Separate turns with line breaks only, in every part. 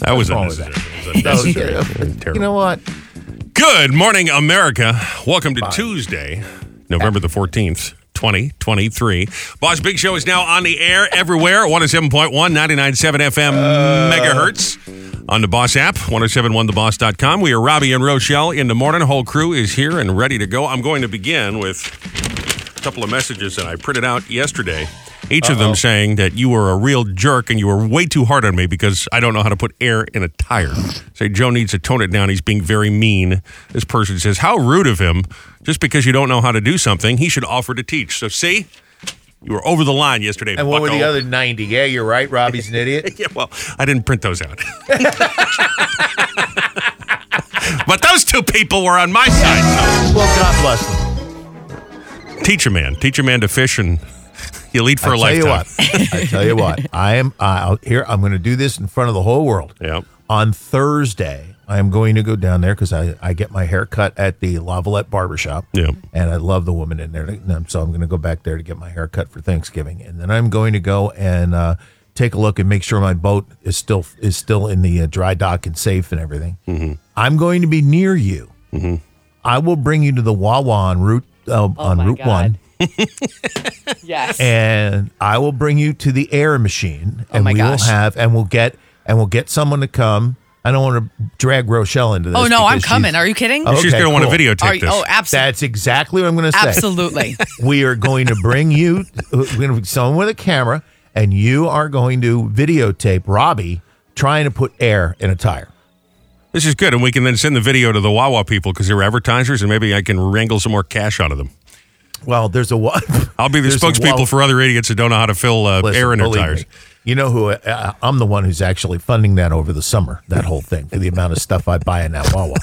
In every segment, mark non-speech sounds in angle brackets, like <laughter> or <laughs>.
That was
wrong with that?
unnecessary. It was unnecessary.
Yeah.
It was terrible.
You know what?
Good morning, America. Welcome to Tuesday, November the 14th. 2023. Boss Big Show is now on the air everywhere. 107.1, 99.7 FM
Uh.
megahertz on the Boss app, 1071theboss.com. We are Robbie and Rochelle in the morning. Whole crew is here and ready to go. I'm going to begin with a couple of messages that I printed out yesterday. Each of them saying that you were a real jerk and you were way too hard on me because I don't know how to put air in a tire. Say, Joe needs to tone it down. He's being very mean. This person says, How rude of him. Just because you don't know how to do something, he should offer to teach. So, see, you were over the line yesterday.
And what were the
bucko.
other 90? Yeah, you're right. Robbie's an
<laughs>
idiot.
Yeah, well, I didn't print those out. <laughs> but those two people were on my side.
<laughs> well, God bless them.
So teach a man. Teach a man to fish and <laughs> you'll eat for a
I tell you
lifetime.
what. I tell you what.
<laughs>
I am I'll, here. I'm going to do this in front of the whole world.
Yep.
On Thursday, I am going to go down there because I, I get my hair cut at the Lavalette Barbershop.
Yep.
And I love the woman in there. And So I'm going to go back there to get my hair cut for Thanksgiving. And then I'm going to go and uh, take a look and make sure my boat is still is still in the uh, dry dock and safe and everything.
Mm-hmm.
I'm going to be near you. I will bring you to the Wawa on route uh, on
Oh my
Route
God.
One
Yes.
and I will bring you to the air machine, and
Oh my
we will
gosh.
have, and we'll get, and we'll get someone to come. I don't want to drag Rochelle into this.
oh no, I'm
because
coming.
she's-
Are you kidding?
Oh,
She's
Okay,
going to want
cool.
to videotape
Are you,
this.
oh, absolutely.
That's exactly what I'm going to
<laughs>
say.
Absolutely.
We are going to bring
<laughs>
you uh, we're going to be someone with a camera, and you are going to videotape Robbie trying to put air in a tire.
This is good, and we can then send the video to the Wawa people because they're advertisers, and maybe I can wrangle some more cash out of them.
Well, there's a
<laughs>
wa-
I'll be the
there's a
spokespeople
wall-
for other idiots that don't know how to fill uh,
Listen,
air in their
believe
tires.
me, You know who? Uh, I'm the one who's actually funding that over the summer. That whole thing for the amount of stuff I buy in that Wawa.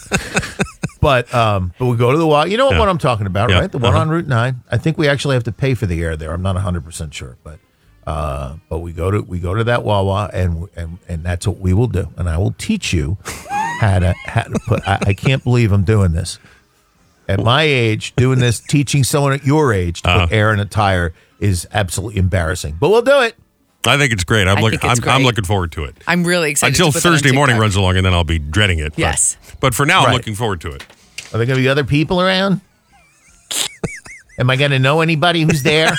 but um, but we go to the Wawa. You know what I'm talking about,
Yeah.
right? The one
Uh-huh.
on Route Nine. I think we actually have to pay for the air there. I'm not 100 percent sure, but uh, but we go to we go to that Wawa and and and that's what we will do. And I will teach you how to how to put. I, I can't believe I'm doing this. At my age, doing this, teaching someone at your age to
Uh-huh.
put air in a tire is absolutely embarrassing. But we'll do it.
I think it's great. I'm,
I
look,
think
I'm,
it's
I'm
great.
looking forward to it.
I'm really excited.
Until
to put that on
Thursday morning
TikTok.
runs along, and then I'll be dreading it. but-
Yes.
But, for now, I'm
Right.
looking forward to it.
Are there going to be other people around? Am I going to know anybody who's there?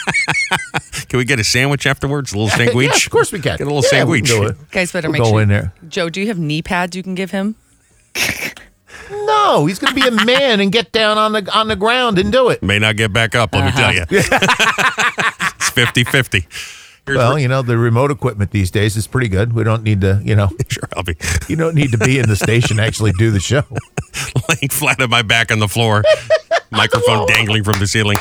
Can we get a sandwich afterwards? A
<laughs>
little
yeah,
sandwich?
of course we can.
Get a little
yeah, we
sandwich.
can do it.
Guys, better
We'll
make
go
sure.
in there.
Joe, do you have knee pads you can give him?
No, he's going to be a man and get down on the on the ground and do it.
May not get back up, let
Uh-huh.
me tell you. <laughs> it's 50 50. Here's
Well, you know the remote equipment these days is pretty good. We don't need to, you know, <laughs>
sure I'll be
you don't need to be in the station to actually do the show.
laying <laughs> flat on my back on the
<laughs>
floor, microphone dangling from the ceiling.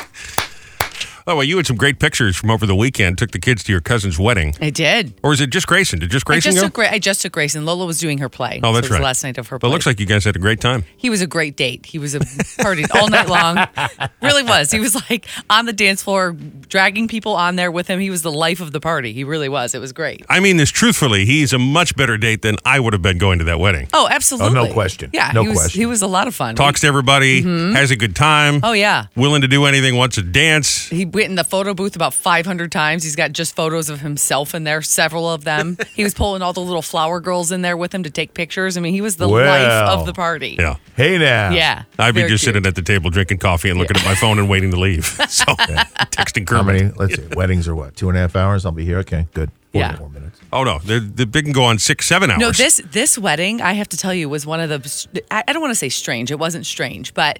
Oh, well, you had some great pictures from over the weekend. Took the kids to your cousin's wedding.
I did.
Or is it just Grayson? Did just
I
Grayson
just
go?
took Gra- I just took Grayson. Lola was doing her play.
oh,
so
that's
it was
right.
The last night of her
But
play.
it looks like you guys had a great time.
he was a great date. He was a partied all night
<laughs>
long. Really was. He was like on the dance floor, dragging people on there with him. He was the life of the party. He really was. It was great.
I mean this truthfully. He's a much better date than I would have been going to that wedding.
Oh, absolutely.
question.
Yeah,
No
he was,
question.
He was a lot of fun.
Talks to everybody, has a good time.
Mm-hmm. Oh yeah.
Willing to do anything, wants to dance.
He went in the photo booth about 500 times. He's got just photos of himself in there, several
<laughs>
of them. he was pulling all the little flower girls in there with him to take pictures. I mean, he was the life
Wow.
of the party.
Yeah.
<laughs> Hey now,
Yeah.
I'd be
Very
just
cute.
sitting at the table drinking coffee and looking
<laughs>
at my phone and waiting to leave. So texting
How
Kermit.
many? Let's see. Weddings are what? Two and a half hours. I'll be here. Okay, good. Four
Yeah.
more minutes.
Oh no, they they they can go on six, seven hours.
No, this this wedding, I have to tell you, was one of the. I I don't want to say strange. It wasn't strange, but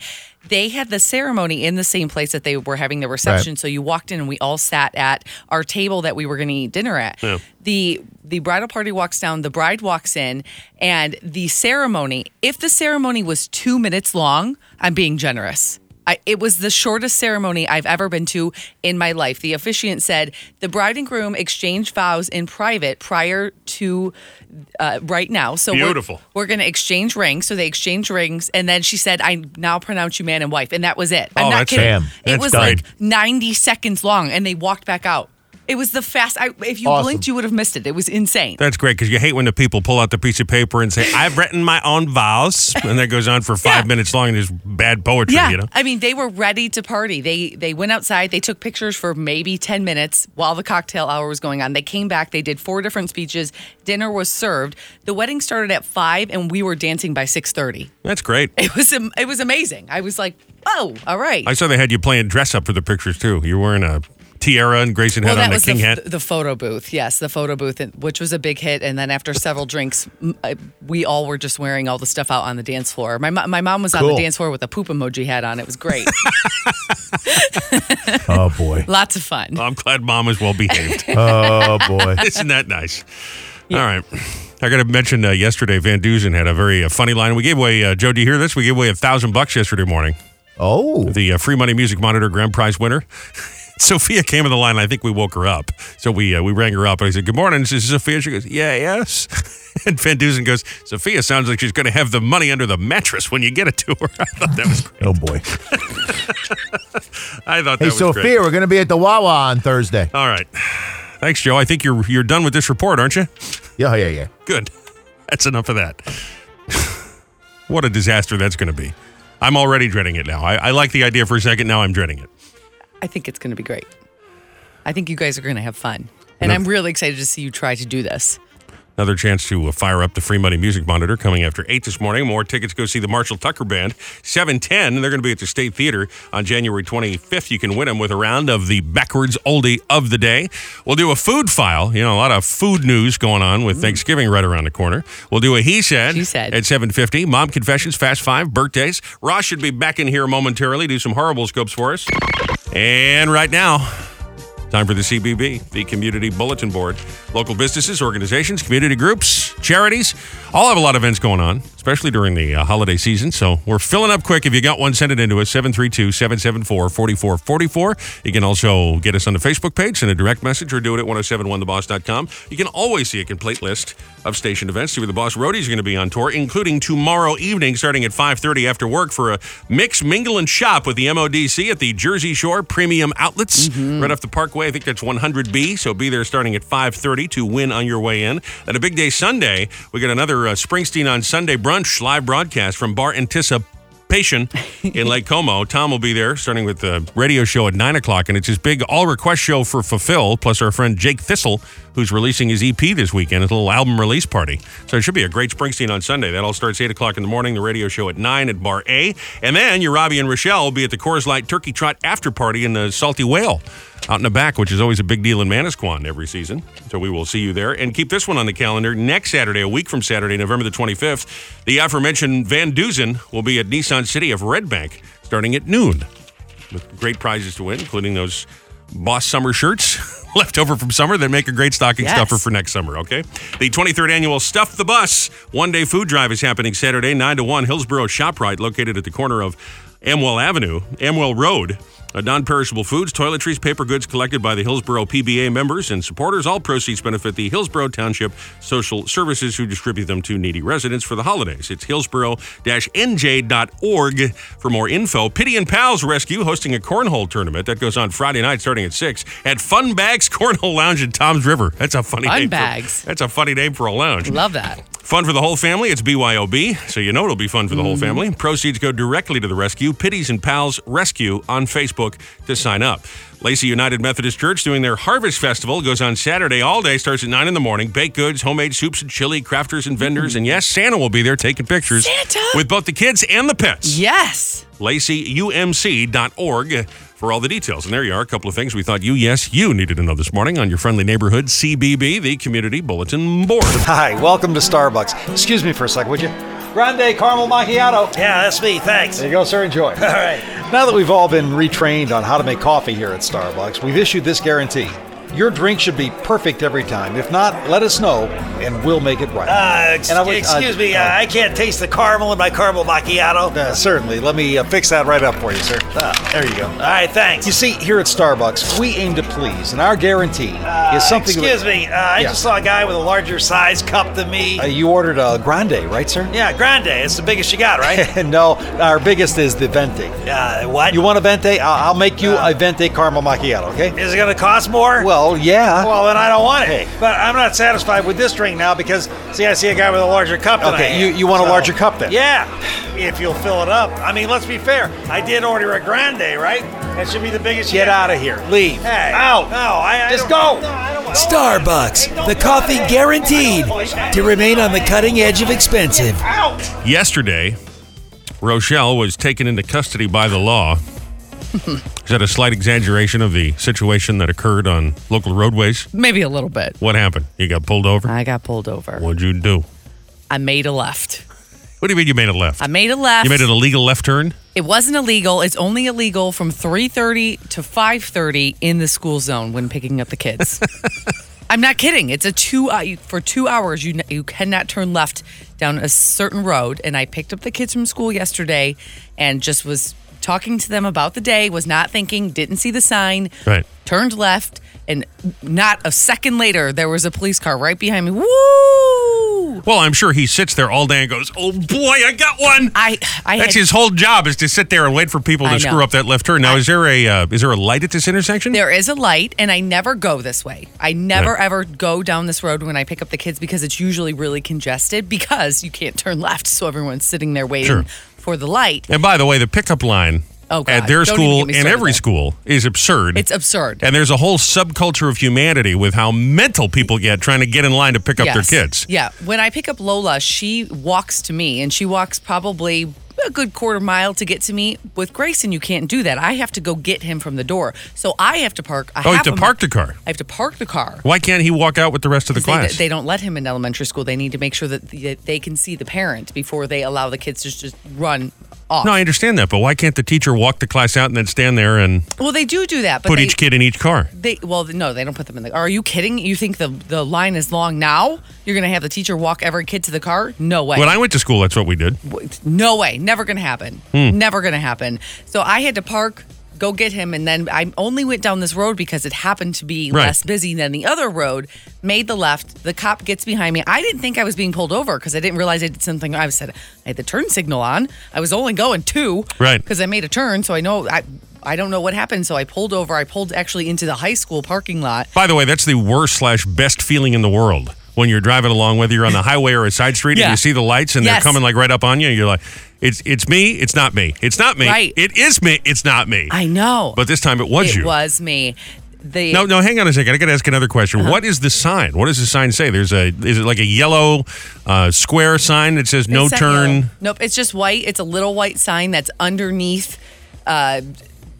they had the ceremony in the same place that they were having the reception. So you walked in, and we all sat at our table that we were going to eat dinner at. The the bridal party walks down. The bride walks in, and the ceremony. If the ceremony was two minutes long, I'm being generous. I, it was the shortest ceremony I've ever been to in my life. The officiant said the bride and groom exchange vows in private prior to uh, right now. So we're-
Beautiful.
We're, going to exchange rings. So they exchange rings, and then she said, "I now pronounce you man and wife," and that was it. I'm
Oh,
not
that's
kidding.
Damn,
It
that's
was
done.
like 90 seconds long, and they walked back out. It was the fast. I, if you
Awesome.
blinked, you would have missed it. It was insane.
That's great because you hate when the people pull out the piece of paper and say,
<laughs>
I've written my own vows. And that goes on for five
Yeah.
minutes long and is bad poetry,
yeah,
you know?
I mean, they were ready to party. They they went outside. They took pictures for maybe ten minutes while the cocktail hour was going on. They came back. They did four different speeches. Dinner was served. The wedding started at five, and we were dancing by six thirty. <laughs>
That's great.
It was am- it was amazing. I was like, oh, all right.
I saw they had you playing dress up for the pictures too. You're wearing a tiara and Grayson had
well, that
on a
was
king
the,
hat.
the photo booth. Yes, the photo booth, and- which was a big hit. And then after several drinks, m- I- we all were just wearing all the stuff out on the dance floor. My mo- my mom was on
Cool.
the dance floor with a poop emoji hat on. It
<laughs>
was great.
Oh
<laughs>
boy.
Lots of fun.
I'm glad mom is well
<laughs>
behaved.
Oh boy.
Isn't that nice? All right. I got to mention uh, yesterday, Van Dusen had a very uh, funny line. We gave away, uh, Joe, do you hear this? We gave away a thousand bucks yesterday morning.
<laughs> Oh.
the uh, free money music monitor grand prize winner. <laughs> Sophia came on the line. And I think we woke her up. So we uh, we rang her up. And I said, "Good morning, this is Sophia." She goes, "Yeah, yes." <laughs> and Van Dusen goes, "Sophia sounds like she's going to have the money under the mattress when you get it to her." <laughs> I thought that was great.
Oh <laughs> boy.
I thought that
Hey
was
Sophia,
great.
we're gonna be at the Wawa on Thursday.
All right, thanks, Joe. I think you're you're done with this report, aren't you?
Yeah, yeah, yeah.
Good. <laughs> That's enough of that. <laughs> what a disaster that's going to be. I'm already dreading it now. I, I like the idea for a second. Now I'm dreading it.
I think it's going to be great. I think you guys are going to have fun. And I'm really excited to see you try to do this.
Another chance to uh, fire up the Free Money Music Monitor coming after 8 this morning. More tickets go see the Marshall Tucker Band, 710. They're going to be at the State Theater on January 25th. You can win them with a round of the backwards oldie of the day. We'll do a food file. You know, a lot of food news going on with Thanksgiving right around the corner. We'll do a He Said,
She Said.
at 750. Mom Confessions, Fast Five, Birthdays. Ross should be back in here momentarily, do some horrible scopes for us. And right now... Time for the CBB, the Community Bulletin Board. Local businesses, organizations, community groups, charities, all have a lot of events going on, especially during the uh, holiday season. So we're filling up quick. If you got one, send it in to us, 732 774 4444. You can also get us on the Facebook page, send a direct message, or do it at 1071theboss.com. You can always see a complete list of station events. See where the Boss Roadies are going to be on tour, including tomorrow evening starting at 5.30 after work for a mix, mingle, and shop with the MODC at the Jersey Shore Premium Outlets right off the Parkway. I think that's 100B, so be there starting at 5.30 to win on your way in. And a big day Sunday, we got another uh, Springsteen on Sunday brunch live broadcast from Bar Anticipa patient in Lake Como. Tom will be there starting with the radio show at 9 o'clock, and it's his big all request show for Fulfill, plus our friend Jake Thistle, who's releasing his EP this weekend, his little album release party. So it should be a great Springsteen on Sunday. That all starts 8 o'clock in the morning, the radio show at 9 at Bar A. And then your Robbie and Rochelle will be at the Coors Light Turkey Trot after party in the Salty Whale out in the back, which is always a big deal in Manasquan every season. So we will see you there. And keep this one on the calendar. Next Saturday, a week from Saturday, November the 25th, the aforementioned Van Dusen will be at Nissan City of Red Bank starting at noon with great prizes to win, including those Boss Summer shirts <laughs> left over from summer that make a great stocking
Yes.
stuffer for next summer, okay? The 23rd annual Stuff the Bus one day food drive is happening Saturday, 9 to 1, Hillsborough ShopRite, located at the corner of Amwell Avenue, Amwell Road. Uh, non perishable foods, toiletries, paper goods collected by the Hillsborough PBA members and supporters. All proceeds benefit the Hillsborough Township Social Services, who distribute them to needy residents for the holidays. It's hillsborough nj.org for more info. Pity and Pals Rescue hosting a cornhole tournament that goes on Friday night starting at 6 at Fun Bags Cornhole Lounge in Tom's River. That's a <laughs> funny
Fun
name. for-
Bags.
that's a funny name for a lounge.
Love that.
Fun for the whole family. It's BYOB, so you know it'll be fun for the whole family. Proceeds go directly to the rescue. Pities and Pals Rescue on Facebook to sign up. Lacey United Methodist Church doing their Harvest Festival goes on Saturday all day, starts at 9 in the morning. Baked goods, homemade soups and chili, crafters and vendors. And yes, Santa will be there taking pictures
Santa?
with both the kids and the pets.
Yes.
LaceyUMC.org for all the details. And there you are, a couple of things we thought you, yes, you needed to know this morning on your friendly neighborhood CBB, the Community Bulletin Board.
Hi, welcome to Starbucks. Excuse me for a second, would you? Grande caramel macchiato.
Yeah, that's me. Thanks.
There you go, sir. Enjoy.
All right.
Now that we've all been retrained on how to make coffee here at Starbucks, we've issued this guarantee. Your drink should be perfect every time. If not, let us know and we'll make it right.
Uh, ex-
And I would-
excuse
uh,
me, uh,
uh,
I can't taste the caramel in my caramel macchiato.
uh, certainly. Let me uh, fix that right up for you, sir. Uh, there you go.
All right, thanks.
You see, here at Starbucks, we aim to please, and our guarantee is something. that-
excuse me, uh, I
Yeah.
just saw a guy with a larger size cup than me.
Uh, you ordered a grande, right, sir?
yeah, grande. It's the biggest you got,
<laughs>
right?
no, our biggest is the venti.
uh, what?
You want a vente? I'll, I'll make you a vente caramel macchiato, okay?
Is it going to cost more?
Well, Well, yeah.
Well, then I don't want it. But I'm not satisfied with this drink now because, see, I see a guy with a larger cup than I
Okay,
have.
you- you want a larger cup then?
Yeah, if you'll fill it up. I mean, let's be fair. I did order a grande, right? That should be the biggest.
Get
yet.
out of here. Leave.
Hey,
Out.
No, I, I
Just
don't-
go.
No, I don't want- Hey,
Starbucks,
don't
the
do
coffee
that.
guaranteed to remain on the cutting edge of expensive.
Out.
Yesterday, Rochelle was taken into custody by the law. Is that a slight exaggeration of the situation that occurred on local roadways?
Maybe a little bit.
What happened? You got pulled over?
I got pulled over.
What'd you do?
I made a left.
What do you mean you made a left?
I made a left.
you made an illegal left turn?
It wasn't illegal. It's only illegal from 3:30 to 5:30 in the school zone when picking up the kids. I'm not kidding. It's a 2 uh, you- for 2 hours you n- you cannot turn left down a certain road and I picked up the kids from school yesterday and just was talking to them about the day, was not thinking, didn't see the sign.
Right.
Turned left and not a second later there was a police car right behind me. Woo!
Well, I'm sure he sits there all day and goes, "Oh boy, I got one."
I I
That's
had-
his whole job is to sit there and wait for people
I
to
know.
screw up that left turn. Now, is there a uh, is there a light at this intersection?
There is a light, and I never go this way. I never
Right.
ever go down this road when I pick up the kids because it's usually really congested because you can't turn <laughs> left, so everyone's sitting there waiting
Sure.
for the light.
And by the way, the pickup line
Oh, God.
at their
Don't even
school
get me
and
started
every
there.
school is absurd.
It's absurd.
and there's a whole subculture of humanity with how mental people get trying to get in line to pick up their
Yes.
kids.
Yeah. When I pick up Lola, she walks to me and she walks probably a good quarter mile to get to me. With Grayson, you can't do that. I have to go get him from the door. So I have to park. I
Oh, you have to
a-
park the car.
I have to park the car.
Why can't he walk out with the rest of the
They,
class?
they don't let him in elementary school. They need to make sure that th- they can see the parent before they allow the kids to just run off.
no, I understand that, but why can't the teacher walk the class out and then stand there and
well, they do do that, but
put
they,
each kid in each car?
They well, no, they don't put them in the. Are you kidding? You think the the line is long now? You're gonna have the teacher walk every kid to the car? No way.
When I went to school, that's what we did.
no way. Never gonna happen.
Hmm.
Never gonna happen. So I had to park. Go get him, and then I only went down this road because it happened to be
Right.
less busy than the other road. Made the left. The cop gets behind me. I didn't think I was being pulled over because I didn't realize I did something. I said I had the turn signal on. I was only going two,
Right.
Because I made a turn, so I know I I don't know what happened. So I pulled over. I pulled actually into the high school parking lot,
By the way, that's the worst slash best feeling in the world when you're driving along, whether you're on
<laughs>
the highway or a side street, and
Yeah.
you see the lights and
Yes.
they're coming like right up on you, and you're like, "It's it's me, it's not me, it's not me,
Right.
it is me, it's not me."
I know.
But this time it was
it
you.
was me. The
No, no, hang on a second. I got to ask another question.
Uh-huh.
What is the sign? What does the sign say? There's a is it like a yellow uh, square sign that says no
It's not
turn?
yellow. Nope, it's just white. It's a little white sign that's underneath. Uh,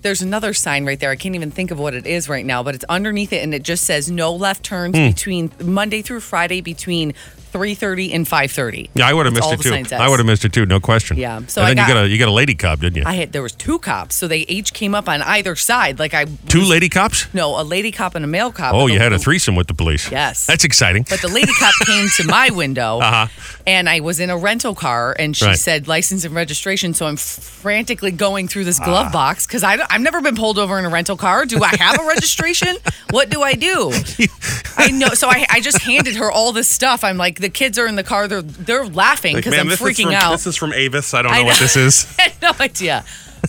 there's another sign right there. I can't even think of what it is right now, but it's underneath it, and it just says no left turns
Hmm.
between Monday through Friday between 3:30 and 5:30.
Yeah, I would have
That's
missed
all
it
the
too.
sign says.
I would have missed it too. No question.
Yeah, so
and
I
then you
got-
got a you got a lady cop, didn't you?
I had there was two cops, so they each came up on either side. Like I
Two lady cops.
no, a lady cop and a male cop.
Oh,
The-
you had a threesome with the police.
Yes.
that's exciting.
But the lady cop came to my window, and I was in a rental car, and she
Uh-huh. Right.
said license and registration. So I'm frantically going through this glove
Ah.
box because I've never been pulled over in a rental car. Do I have a
<laughs>
registration? What do I do? I know. So I, I just handed her all this stuff. I'm like, the kids are in the car. They're they're laughing because I'm freaking out.
is from Avis. I don't
I know.
is.
<laughs> I had no idea.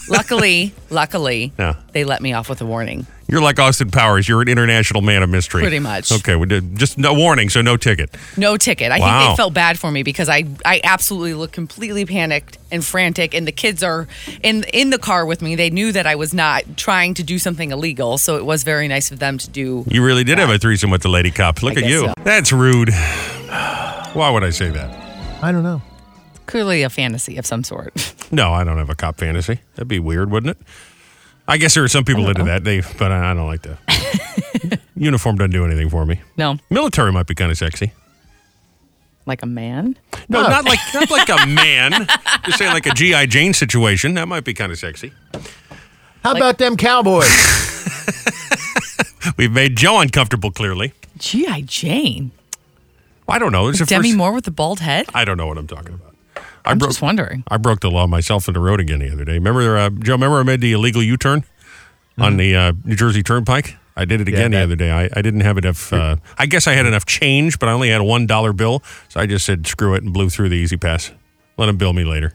Luckily, luckily,
Yeah.
they let me off with a warning.
<laughs> You're like Austin Powers. You're an international man of mystery.
Pretty much.
Okay, we did just no warning, so no ticket.
No ticket. I think
Wow.
they felt bad for me because I, I absolutely looked completely panicked and frantic, and the kids are in in the car with me. They knew that I was not trying to do something illegal, so it was very nice of them to do.
You really did have a threesome with the lady cop. Look
I
at
guess
you.
so.
That's rude. <sighs> Why would I say that?
I don't know.
Clearly, a fantasy of some sort. <laughs>
No, I don't have a cop fantasy. That'd be weird, wouldn't it? I guess there are some people into that. They, but I I don't like that. <laughs> Uniform doesn't do anything for me.
No,
Military might be kind of sexy.
like a man.
No, not like not like a <laughs> man. Just saying, like a GI Jane situation. That might be kind of sexy.
How about them Cowboys?
<laughs>
We've made Joe uncomfortable. Clearly,
GI Jane.
I don't know. It's the
Demi
first-
Moore with the bald head.
I don't know what I'm talking about. I
I'm
broke-
just wondering.
I broke the law myself in the road again the other day. Remember, uh, Joe? Remember I made the illegal U-turn
Mm-hmm.
on the uh, New Jersey Turnpike. I did it again the
that-
other day. I, I didn't have enough. Uh, I guess I had enough change, but I only had a one dollar bill, so I just said screw it and blew through the Easy Pass. Let them bill me later.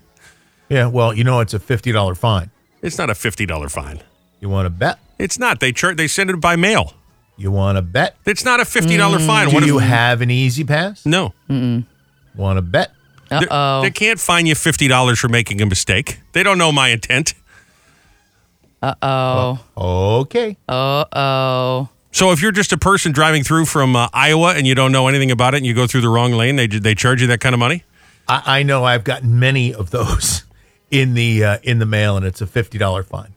yeah, well, you know it's a fifty dollar fine.
It's not a fifty dollar fine.
You want to bet?
It's not. They char- They send it by mail.
You want to bet?
It's not a fifty dollar
Mm,
fine.
Do
if-
you have an easy pass?
No.
Want to bet?
They-
Uh-oh.
They can't fine you fifty dollars for making a mistake. They don't know my intent.
Oh,
Okay.
Uh,
oh.
So if you're just a person driving through from uh, Iowa and you don't know anything about it and you go through the wrong lane, they they charge you that kind of money.
I, I know I've gotten many of those <laughs> in the uh, in the mail, and it's a fifty dollar fine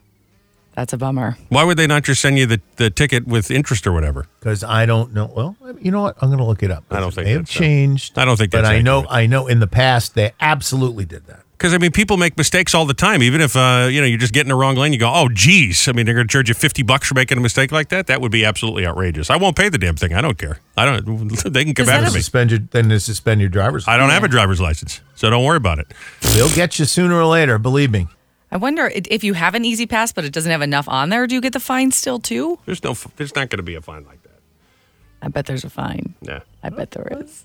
That's a bummer.
Why would they not just send you the, the ticket with interest or whatever?
because I don't know. Well, you know what? I'm going to look it up.
I don't
It
think
may have
that's, uh,
changed.
I don't think
but
that's
I know.
accurate.
I know in the past they absolutely did that.
Because I mean, people make mistakes all the time. Even if uh, you know you're just getting the wrong lane, you go, "Oh, geez." I mean, they're going to charge you fifty bucks for making a mistake like that. That would be absolutely outraous. I won't pay the damn thing. I don't care. I don't. <laughs> They can come
Is that
after
a-
me.
Suspend your then they suspend your driver's.
I don't have a driver's license, so don't worry about it.
They'll get you sooner or later. Believe me.
I wonder i- if you have an easy pass, but it doesn't have enough on there. Do you get the fine still too?
There's no. There's not going to be a fine like that.
I bet there's a fine.
Nah.
I bet there is.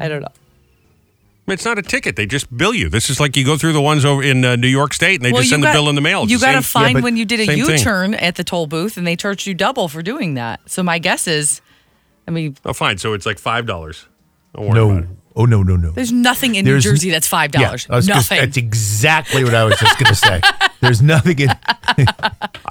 I don't know.
It's not a ticket. They just bill you. This is like you go through the ones over in uh, New York State, and they just send the bill in the mail. It's
You
the
got
same-
a fine
but
when you did a
same thing.
U-turn at the toll booth, and they charged you double for doing that. So my guess is, I mean,
Oh, fine. So it's like five dollars.
No. Oh no no no.
there's nothing in
There's
New
n-
Jersey that's five dollars.
I was just-
nothing.
that's exactly what I was just going to
<laughs>
say. There's nothing in.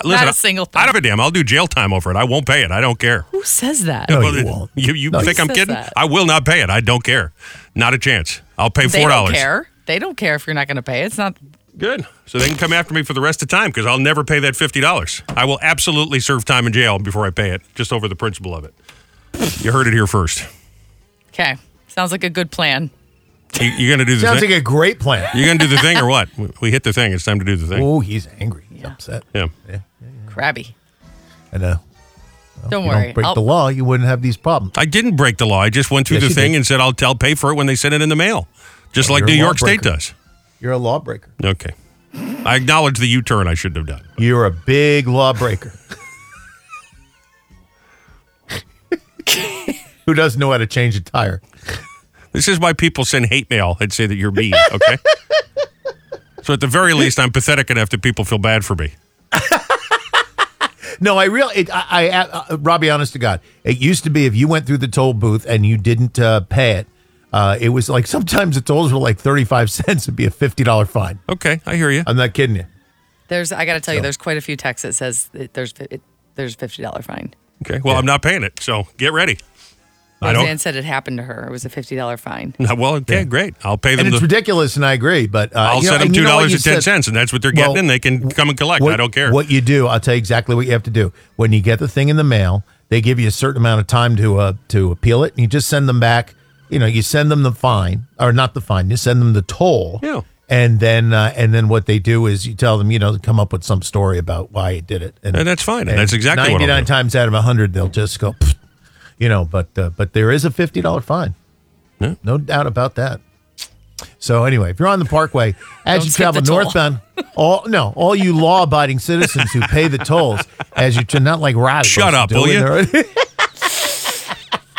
Listen,
a single
I don't have a damn. I'll do jail time over it. I won't pay it. I don't care.
Who says that?
No,
Well,
you
it-
won't.
<laughs> You, you
No,
think
you-
I'm
Says
kidding?
that.
I will not pay it. I don't care. Not a chance. I'll pay
They
four
don't
dollars.
care. They don't care if you're not going to pay. It's not.
Good. So they can come after me for the rest of time because I'll never pay that fifty dollars. I will absolutely serve time in jail before I pay it, just over the principle of it. You heard it here first.
Okay. Sounds like a good plan.
You, you're gonna do the
Sounds
thing.
like a great plan.
you're gonna do the thing or what? We- We hit the thing. It's time to do the thing.
Oh, he's angry. He's upset.
Yeah.
Crabby.
And uh,
don't
you
worry. Oh.
don't break
I'll-
the law, you wouldn't have these problems.
I didn't break the law. I just went through
Yes,
the
you
thing
did.
and said I'll, I'll pay for it when they send it in the mail, just
Well,
like
you're
New
a
York State
lawbreaker.
does.
You're a lawbreaker.
Okay. I acknowledge the U-turn I shouldn't have done.
You're a big lawbreaker. Who doesn't know how to change a tire?
This is why people send hate mail and say that you're mean,
<laughs>
okay? so at the very least, I'm pathetic enough that people feel bad for me.
No, I real. It, I, I uh, Robbie, honest to God, it used to be if you went through the toll booth and you didn't uh, pay it, uh, it was like sometimes the tolls were like thirty-five <laughs> cents. It'd be a fifty-dollar fine.
Okay, I hear you.
I'm not kidding you.
There's. I got to tell you, there's quite a few texts that says that there's fi- it, there's fifty dollar fine.
Okay, well, I'm not paying it, so get ready. I
Roseanne
don't.
said it happened to her. It was a fifty dollar fine.
No, Well, okay, great. I'll pay
And
them.
it's
The,
ridiculous, and I agree. But uh,
I'll
you know,
send them
and you
two
know what
dollars
you
and ten
said-
cents, and that's what they're getting,
Well,
and they can come and collect.
What-
I don't care.
What you do, I'll tell you exactly what you have to do. When you get the thing in the mail, they give you a certain amount of time to uh, to appeal it, and you just send them back. You know, you send them the fine, or not the fine. You send them the toll.
Yeah.
And then, uh, and then what they do is you tell them, you know, to come up with some story about why you did it,
And that's fine, and that's exactly what I'll
ninety-nine
do.
times out of hundred, they'll just go, "Pfft," you know. But uh, but there is a fifty-dollar fine,
Yeah.
no doubt about that. So anyway, if you're on the Parkway as
Don't
you
skip
travel
the toll.
northbound, <laughs> all no, all you law-abiding citizens who pay the tolls as you tra- not like radicals.
Shut up,
doing
will you?
their-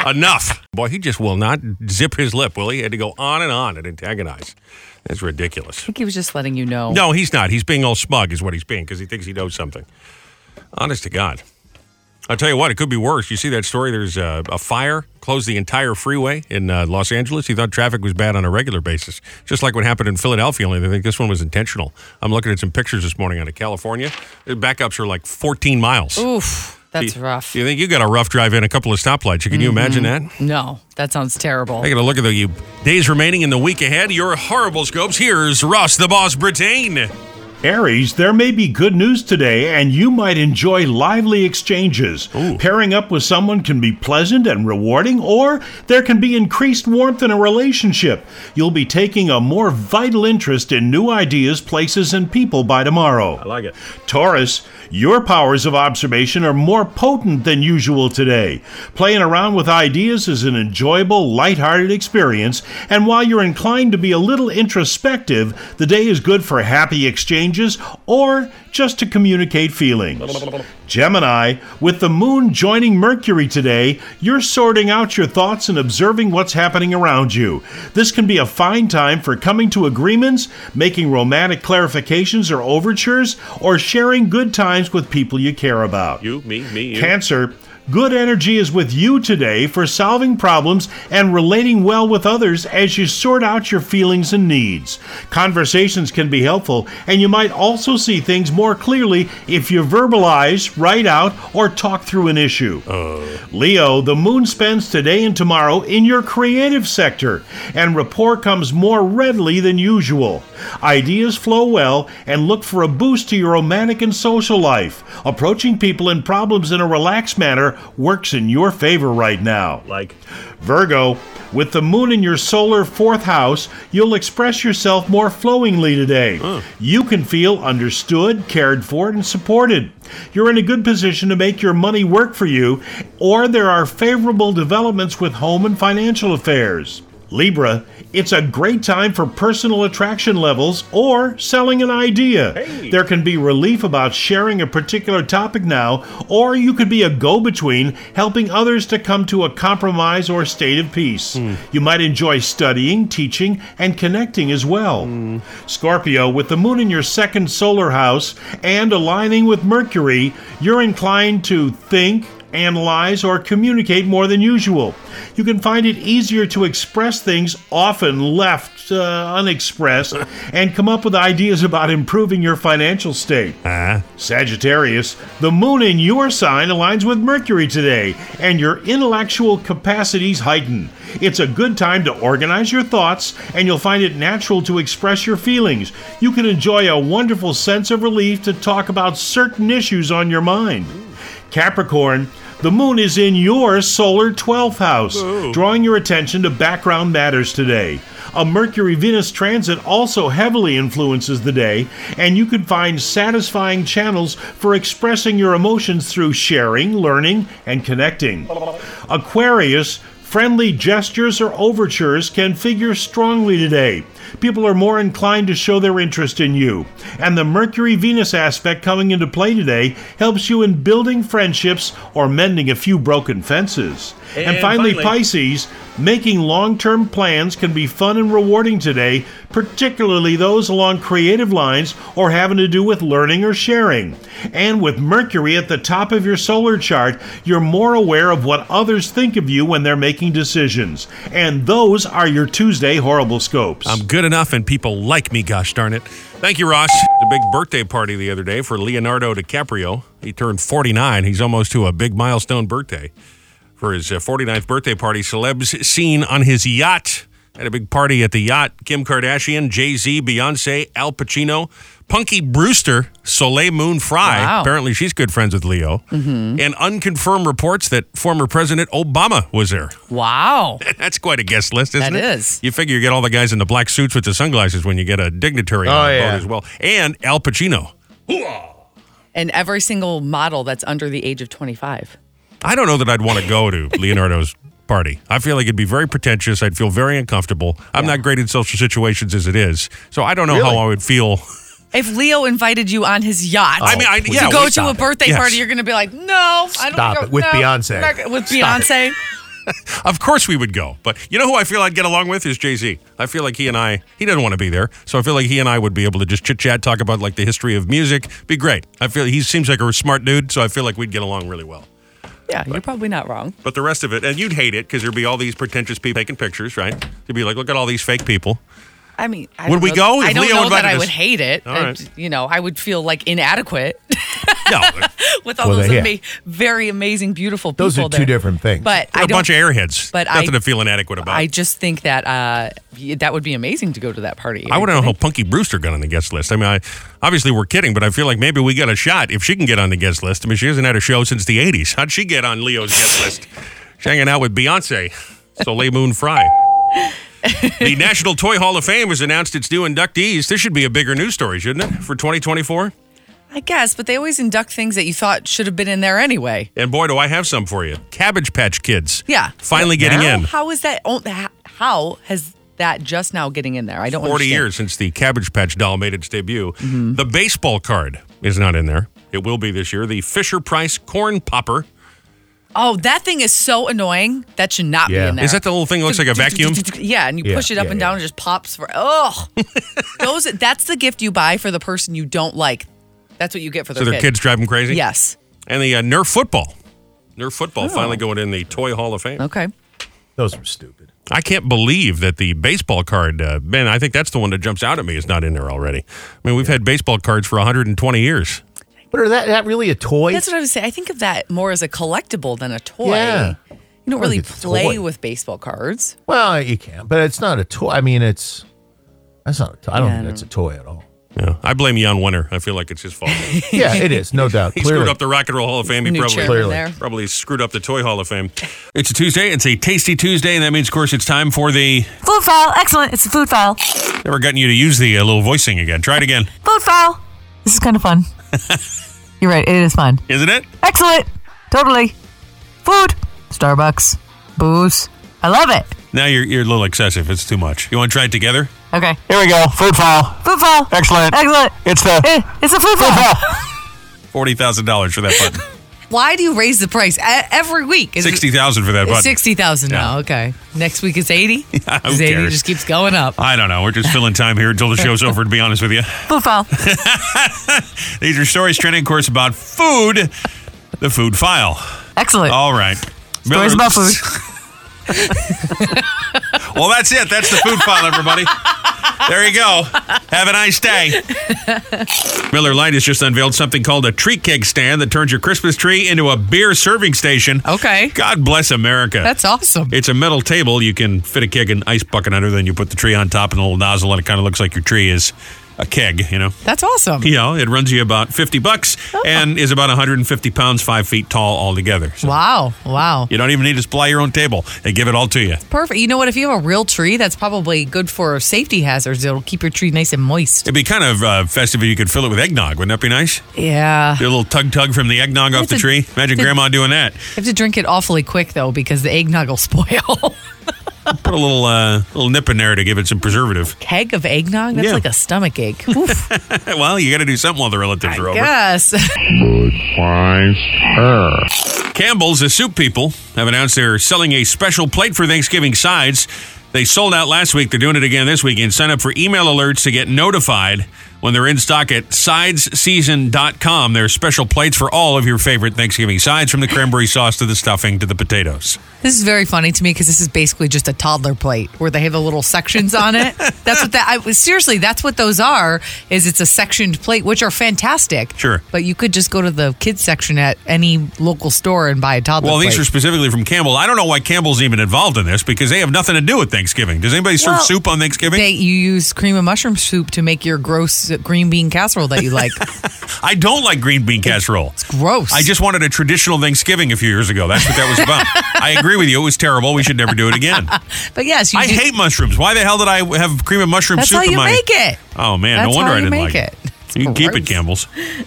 Enough, boy. He just will not zip his lip. Will he? He had to go on and on and antagonize. That's ridiculous.
I think he was just letting you know.
No, he's not. He's being all smug, is what he's being, because he thinks he knows something. Honest to God. I'll tell you what, it could be worse. You see that story? There's a, a fire, closed the entire freeway in uh, Los Angeles. He thought traffic was bad on a regular basis, just like what happened in Philadelphia, only they think this one was intentional. I'm looking at some pictures this morning out of California. The backups are like 14 miles.
Oof. That's rough.
You think you got a rough drive in a couple of stoplights? Can you imagine that?
No, that sounds terrible.
I got to look at the days remaining in the week ahead. Your horrible scopes. Here's Ross the Boss Brittain.
Aries, there may be good news today, and you might enjoy lively exchanges. Pairing up with someone can be pleasant and rewarding, or there can be increased warmth in a relationship. You'll be taking a more vital interest in new ideas, places, and people by tomorrow. I like it. Taurus, your powers of observation are more potent than usual today. Playing around with ideas is an enjoyable, lighthearted experience, and while you're inclined to be a little introspective, the day is good for happy exchanges or just to communicate feelings. Gemini, with the moon joining Mercury today, you're sorting out your thoughts and observing what's happening around you. This can be a fine time for coming to agreements, making romantic clarifications or overtures, or sharing good times with people you care about.
me, me,
Cancer, Good energy is with you today for solving problems and relating well with others as you sort out your feelings and needs. Conversations can be helpful, and you might also see things more clearly if you verbalize, write out, or talk through an issue. Leo, the moon spends today and tomorrow in your creative sector, and rapport comes more readily than usual. Ideas flow well, and look for a boost to your romantic and social life. Approaching people and problems in a relaxed manner works in your favor right now. Like Virgo, with the moon in your solar fourth house, you'll express yourself more flowingly today. You can feel understood, cared for, and supported. You're in a good position to make your money work for you, or there are favorable developments with home and financial affairs. Libra, it's a great time for personal attraction levels or selling an idea. There can be relief about sharing a particular topic now, or you could be a go between, helping others to come to a compromise or state of peace. You might enjoy studying, teaching, and connecting as well. Scorpio, with the moon in your second solar house and aligning with Mercury, you're inclined to think, analyze, or communicate more than usual. You can find it easier to express things often left uh, unexpressed and come up with ideas about improving your financial state. Sagittarius, the moon in your sign aligns with Mercury today, and your intellectual capacities heighten. It's a good time to organize your thoughts, and you'll find it natural to express your feelings. You can enjoy a wonderful sense of relief to talk about certain issues on your mind. Capricorn, the moon is in your solar 12th house, drawing your attention to background matters today. A Mercury Venus transit also heavily influences the day, and you can find satisfying channels for expressing your emotions through sharing, learning, and connecting. Aquarius, Friendly gestures or overtures can figure strongly today. People are more inclined to show their interest in you. And the Mercury Venus aspect coming into play today helps you in building friendships or mending a few broken fences. And, finally, Pisces, making long term plans can be fun and rewarding today, particularly those along creative lines or having to do with learning or sharing. And with Mercury at the top of your solar chart, you're more aware of what others think of you when they're making decisions. And those are your Tuesday horrible scopes.
I'm good enough and people like me, gosh darn it. Thank you, Ross. The big birthday party the other day for Leonardo DiCaprio. He turned 49. He's almost to a big milestone birthday. For his uh, 49th birthday party, celebs seen on his yacht. Had a big party at the yacht. Kim Kardashian, Jay Z, Beyonce, Al Pacino, Punky Brewster, Soleil Moon Frye.
Wow.
Apparently, she's good friends with Leo. And unconfirmed reports that former President Obama was there.
Wow.
<laughs> That's quite a guest list, isn't
That
it?
is.
You figure you get all the guys in the black suits with the sunglasses when you get a dignitary
Oh,
on the
yeah.
boat as well. And Al Pacino.
And every single model that's under the age of 25.
I don't know that I'd want to go
<laughs>
to Leonardo's party. I feel like it'd be very pretentious. I'd feel very uncomfortable. I'm not great in social situations as it is. So I don't know how I would feel. <laughs>
If Leo invited you on his yacht,
I mean, I,
please.
yeah.
To
go
we-
to a birthday
Yes.
party, you're going to be like, no, I don't
Stop
go,
it. With
no,
Beyonce.
I'm not go- with
Stop
Beyonce.
Of course we would go. But you know who I feel I'd get along with is Jay Z. I feel like he and I, he doesn't want to be there. So I feel like he and I would be able to just chit chat, talk about like the history of music. Be great. I feel he seems like a smart dude. So I feel like we'd get along really well.
Yeah, you're probably not wrong.
But the rest of it, and you'd hate it because there'd be all these pretentious people taking pictures, right? You'd be like, look at all these fake people.
<laughs> I mean, I
Would
don't
we
know-
go if
I don't
Leo
know that
invited
I
us?
would hate it.
All
I-
right.
you know, I would feel like inadequate <laughs>
No,
with all
Well,
those
yeah.
ama- very amazing, beautiful people.
Those are two
there.
different things.
But I
a
don't,
bunch of airheads.
but I-
Nothing to feel inadequate about.
I
I,
just think that uh, y- that would be amazing to go to that party.
want to know how Punky Brewster got on the guest list. I mean, I, obviously we're kidding, but I feel like maybe we got a shot if she can get on the guest list. I mean, she hasn't had a show since the 80s. How'd she get on Leo's guest list? She's hanging out with Beyonce, Soleil Moon Frye. the National Toy Hall of Fame has announced its new inductees. This should be a bigger news story, shouldn't it, for 2024?
I guess, but they always induct things that you thought should have been in there anyway.
And boy, do I have some for you. Cabbage Patch Kids.
Yeah.
Finally
But
getting
how-
in.
How is that? on- h- How has that just now getting in there? I don't
40
understand. Mm-hmm.
years since the Cabbage Patch doll made its debut. The baseball card is not in there. It will be this year. The Fisher Price Corn Popper.
Oh, that thing is so annoying. That should not
Yeah.
be in there.
Is that the little thing that looks like a
<laughs>
vacuum?
Yeah, and you
Yeah,
push it up
yeah,
and down
yeah.
and it just pops for
<laughs>
oh. Those that's the gift you buy for the person you don't like. That's what you get for
So
their
their
kid.
kids drive them crazy?
Yes.
And the uh, Nerf football. Nerf football finally going in the Toy Hall of Fame.
Oh. Okay.
<laughs> Those were stupid.
I can't believe that the baseball card, uh, man, I think that's the one that jumps out at me is not in there already. I mean, we've had baseball cards for 120 years.
But are that, that really a toy?
That's what I was saying. I think of that more as a collectible than a toy.
Yeah.
You don't really
it's a
play
toy.
with baseball cards.
well, you can, but it's not a toy. I mean, it's that's not. A toy. I don't
Yeah, I
think that's a toy at
<laughs>
all.
Yeah. I blame Jan Winter. I feel like it's his fault. he
Yeah, it is, no doubt.
screwed
Clearly,
up the Rock and Roll Hall of Fame. He
New
probably
chairman there.
probably screwed up the Toy Hall of Fame. It's a Tuesday. It's a tasty Tuesday, and that means, of course, it's time for the.
Food file. Excellent. It's a food file.
Never gotten you to use the uh, little voicing again. Try it again,
Food file. This is kind of
<laughs>
fun. You're right. It is fun.
isn't it?
Excellent. Totally. Food. Starbucks. Booze. I love it.
Now you're you're a little excessive. It's too much. You want to try it together?
Okay.
Here we go. Food file.
Food file.
Excellent.
Excellent.
It's the
Eh, It's a food file. <laughs>
Forty thousand dollars for that button.
Why do you raise the price e- every week? <laughs> Is it-
Sixty thousand for that
It's
button.
60,000 now. Okay. Next week
<laughs>
it's 80.
who
80
cares?
just keeps going up.
I don't know. We're just filling time here until the show's over. To be honest with
<laughs>
you.
Food file.
These are stories trending, of course, about food. The food file.
Excellent.
All right.
Stories about food.
<laughs> well, that's it. That's the food file, everybody. There you go. Have a nice day. Miller Lite has just unveiled something called a tree keg stand that turns your Christmas tree into a beer serving station.
Okay.
God bless America.
That's awesome.
It's a metal table. You can fit a keg and ice bucket under, then you put the tree on top and a little nozzle, and it kind of looks like your tree is a keg, you know?
That's awesome.
You know, it runs you about 50 bucks and is about 150 pounds, five feet tall altogether. So
Wow. Wow.
you don't even need to supply your own table. They give it all to you.
Perfect. You know what? If you have a real tree, that's probably good for safety hazards. It'll keep your tree nice and moist.
It'd be kind of uh, festive if you could fill it with eggnog. Wouldn't that be nice?
Yeah.
Do a little tug tug from the eggnog off
It's
the
a-
tree. Imagine
it's a-
grandma doing that.
You have to drink it awfully quick, though, because the eggnog will <laughs> spoil.
Put a little uh, little nip in there to give it some preservative. <laughs>
Keg of eggnog? That's
Yeah.
like a stomach
<laughs>
ache. <laughs> Oof.
well, you got to do something while the relatives are over.
yes. <laughs>
Campbell's, the soup people, have announced they're selling a special plate for Thanksgiving sides. They sold out last week. They're doing it again this weekend. Sign up for email alerts to get notified when they're in stock at sidesseason.com. There are special plates for all of your favorite Thanksgiving sides, from the cranberry sauce to the stuffing to the potatoes.
This is very funny to me because this is basically just a toddler plate where they have the little sections on
<laughs>
it. That's what that. I, seriously, that's what those are. Is it's a sectioned plate, which are fantastic.
Sure.
but you could just go to the kids section at any local store and buy a toddler.
Well,
plate.
these are specifically from Campbell. I don't know why Campbell's even involved in this because they have nothing to do with Thanksgiving. Does anybody serve
Well,
soup on Thanksgiving?
They, you use cream and mushroom soup to make your gross green bean casserole that
<laughs>
you like.
I don't like green bean casserole.
gross.
I just wanted a traditional Thanksgiving a few years ago. That's what that was
<laughs>
about. I agree with you. It was terrible. We should never do it again.
But yes, you
I
<laughs> do-
hate mushrooms. Why the hell did I have cream and mushroom
That's
soup
how
in
you
my?
make it.
Oh man, no
That's
wonder
how
I
you
didn't like
make
it.
it.
<laughs> You can keep it,
gross. <laughs>
Campbell's.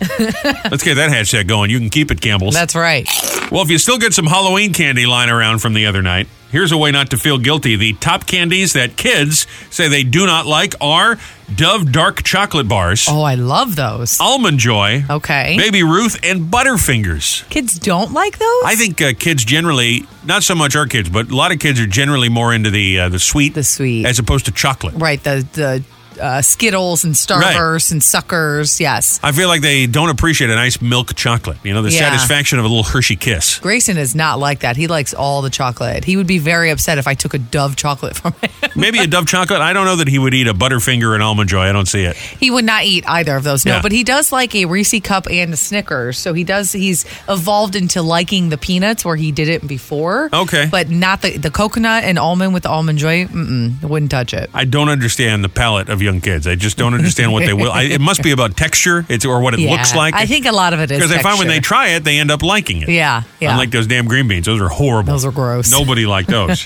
Let's get that hashtag going. You can keep it, Campbell's.
That's right.
Well, if you still get some Halloween candy lying around from the other night, here's a way not to feel guilty. The top candies that kids say they do not like are Dove Dark Chocolate Bars,
Oh, I love those.
Almond Joy,
Okay.
Baby Ruth, and Butterfingers.
Kids don't like those.
I think uh, kids generally, not so much our kids, but a lot of kids are generally more into the uh, the sweet,
The sweet.
as opposed to chocolate.
right the the uh, Skittles and Starburst and Suckers. Yes.
I feel like they don't appreciate a nice milk chocolate. You know, the
Yeah.
satisfaction of a little Hershey kiss.
Grayson is not like that. He likes all the chocolate. He would be very upset if I took a Dove chocolate from him. <laughs>
Maybe a Dove chocolate. I don't know that he would eat a Butterfinger and Almond Joy. I don't see it.
he would not eat either of those. No,
Yeah.
but he does like a Reese cup and a Snickers. So he does. He's evolved into liking the peanuts where he did it before.
Okay.
but not the the coconut and almond with the almond joy. Mm-mm, wouldn't touch it.
I don't understand the palate of young kids. I just don't understand what they will. I, it must be about texture, it's or what it looks
Yeah,
like.
I think a lot of it is
because I find when they
texture.
try it, they end up liking it.
Yeah, yeah.
Unlike those damn green beans, those are horrible.
Those are gross.
Nobody liked those.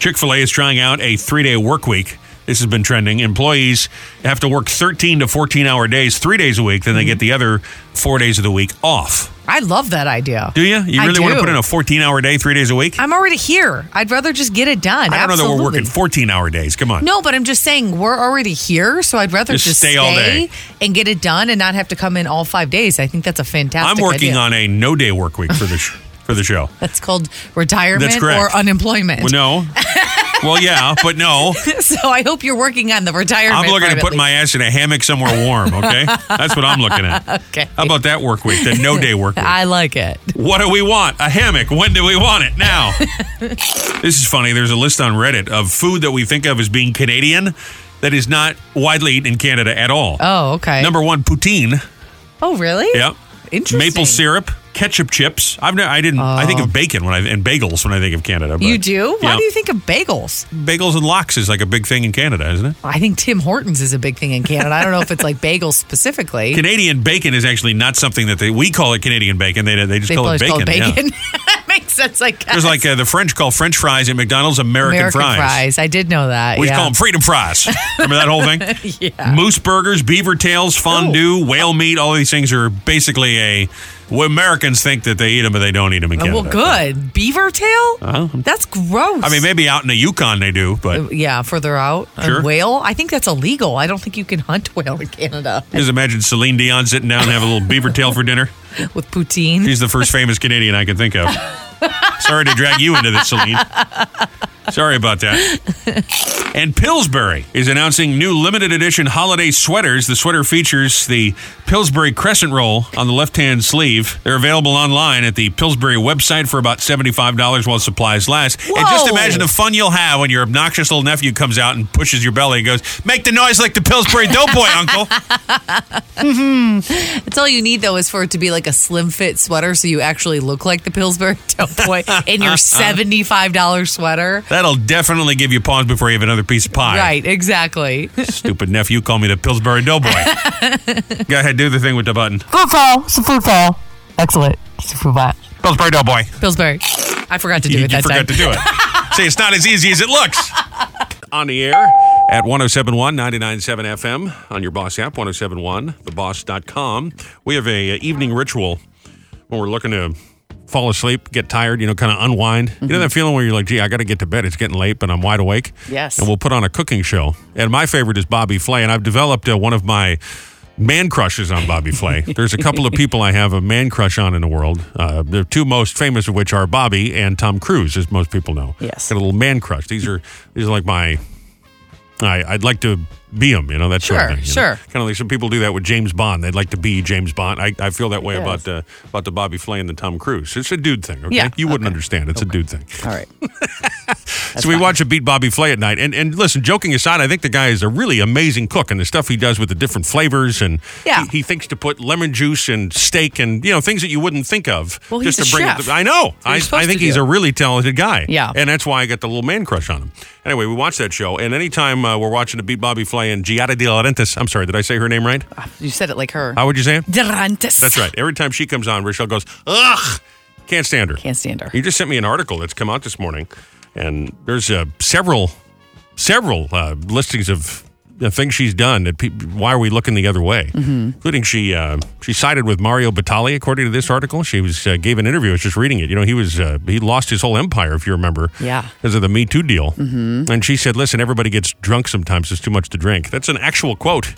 Chick Fil A is trying out a three-day work week. This has been trending. Employees have to work 13 to 14 hour days, three days a week. Then they get the other four days of the week off.
I love that idea.
Do you? You
I
really want to
do.
put in a 14 hour day, three days a week?
I'm already here. I'd rather just get it done.
I don't know that we're
Absolutely.
working 14 hour days. Come on.
No, but I'm just saying we're already here, so I'd rather
Just
just,
stay all day.
and get it done and not have to come in all five days. I think that's a fantastic.
I'm working
idea.
on a no day work week for the sh- for the show.
That's called retirement
That's correct.
or unemployment.
Well, no. well, yeah, but
<laughs>
no.
so I hope you're working on the retirement.
I'm looking
part
to
at
put
least.
my ass in a hammock somewhere warm, okay? That's what I'm looking at.
Okay.
How about that work week, the
<laughs>
no day work week?
I like it.
What do we want? A hammock. When do we want it?
<laughs>
Now. this is funny. There's a list on Reddit of food that we think of as being Canadian that is not widely eaten in Canada at all.
Oh, okay.
Number one, poutine.
oh, really?
Yep.
Interesting. Oh.
Maple syrup, ketchup chips. I've ne- I didn't. I think of bacon when I and bagels when I think of Canada. but-
You do? Why
Yeah.
do you think of bagels?
bagels and lox is like a big thing in Canada, isn't it?
I think Tim Hortons is a big thing in Canada. I don't know if it's like bagels specifically.
Canadian bacon is actually not something that they we call it Canadian bacon. They they just
they
call
probably
it
just
bacon.
call it
yeah.
bacon. <laughs> Makes sense. Like
There's like uh, the French call French fries at McDonald's American,
American fries. I did know that.
We
yeah.
call them freedom fries. Remember that whole
<laughs>
thing? Moose burgers, beaver tails, fondue, whale meat. All these things are basically a. Well, Americans think that they eat them, but they don't eat them in Canada.
Uh,
Uh-huh.
Well, good. Beaver tail? That's gross.
I mean, maybe out in the Yukon they do, but
yeah, further out. A
Sure.
whale? I think that's illegal. I don't think you can hunt <laughs> whale in Canada
just imagine Celine Dion sitting down and having a little beaver tail for dinner.
with poutine.
She's the first famous Canadian I can think of. Sorry to drag you into this, Celine. Sorry about that. And Pillsbury is announcing new limited edition holiday sweaters. The sweater features the Pillsbury crescent roll on the left hand sleeve. They're available online at the Pillsbury website for about $75 while supplies last. And just
Whoa.
imagine the fun you'll have when your obnoxious little nephew comes out and pushes your belly and goes, Make the noise like the Pillsbury Doughboy, Uncle.
<laughs> That's all you need, though, is for it to be like a slim fit sweater so you actually look like the Pillsbury <laughs> Doughboy
<laughs>
in your $75 sweater.
That'll definitely give you pause before you have another piece of pie.
Right, exactly.
Stupid nephew called me the Pillsbury Doughboy. Go ahead, do the thing with the button.
Food fall. It's a food fall. Excellent. It's a food fall.
Pillsbury Doughboy.
Pillsbury. I forgot to do
You,
it
you
that
forgot
time.
to do
<laughs>
it. See, it's not as easy as it looks. On the air at 1071 997 FM on your Boss app, 1071, theboss.com. We have a, uh, evening ritual when we're looking to fall asleep, get tired, you know, kind of unwind. You
Mm-hmm.
know that feeling where you're like, gee, I got to get to bed. It's getting late, but I'm wide awake.
Yes.
And we'll put on a cooking show. And my favorite is Bobby Flay. And I've developed uh, one of my man crushes on Bobby
<laughs>
Flay. There's a couple of people I have a man crush on in the world. Uh, the two most famous of which are Bobby and Tom Cruise, as most people know.
Yes.
Got a little man crush. These are these are like my. I, I'd like to be him, you know, that sort of
Sure,
thing. you know?
sure.
Kind of like some people do that with James Bond. They'd like to be James Bond. I, I feel that way about the about the Bobby Flay and the Tom Cruise. It's a dude thing, okay?
Yeah,
You wouldn't understand. It's a dude thing.
All right.
so we watch him beat Bobby Flay at night. And and listen, joking aside, I think the guy is a really amazing cook and the stuff he does with the different flavors and
Yeah.
he, he thinks to put lemon juice and steak and you know things that you wouldn't think of.
Well, he's
just to
a
bring
chef.
It to, I know.
what you're
I, I
supposed
think
to
he's
do.
a really talented guy.
Yeah.
And that's why I got the little man crush on him. Anyway, we watch that show and anytime uh, we're watching the beat Bobby Flay and Giada De Laurentiis, I'm sorry, did I say her name right?
You said it like her.
How would you say
<laughs>
it?
Durantes.
That's right. Every time she comes on, Rochelle goes, ugh, can't stand her.
Can't stand her.
You just sent me an article that's come out this morning, and there's uh, several, several uh, listings of the things she's done. That peop why are we looking the other way? Including she uh, she sided with Mario Batali, according to this article. She was uh, gave an interview. I was just reading it. You know, he was uh, he lost his whole empire, if you remember.
Yeah.
Because of the Me Too deal. Mm-hmm. And she said, "Listen, everybody gets drunk sometimes. It's too much to drink." That's an actual quote.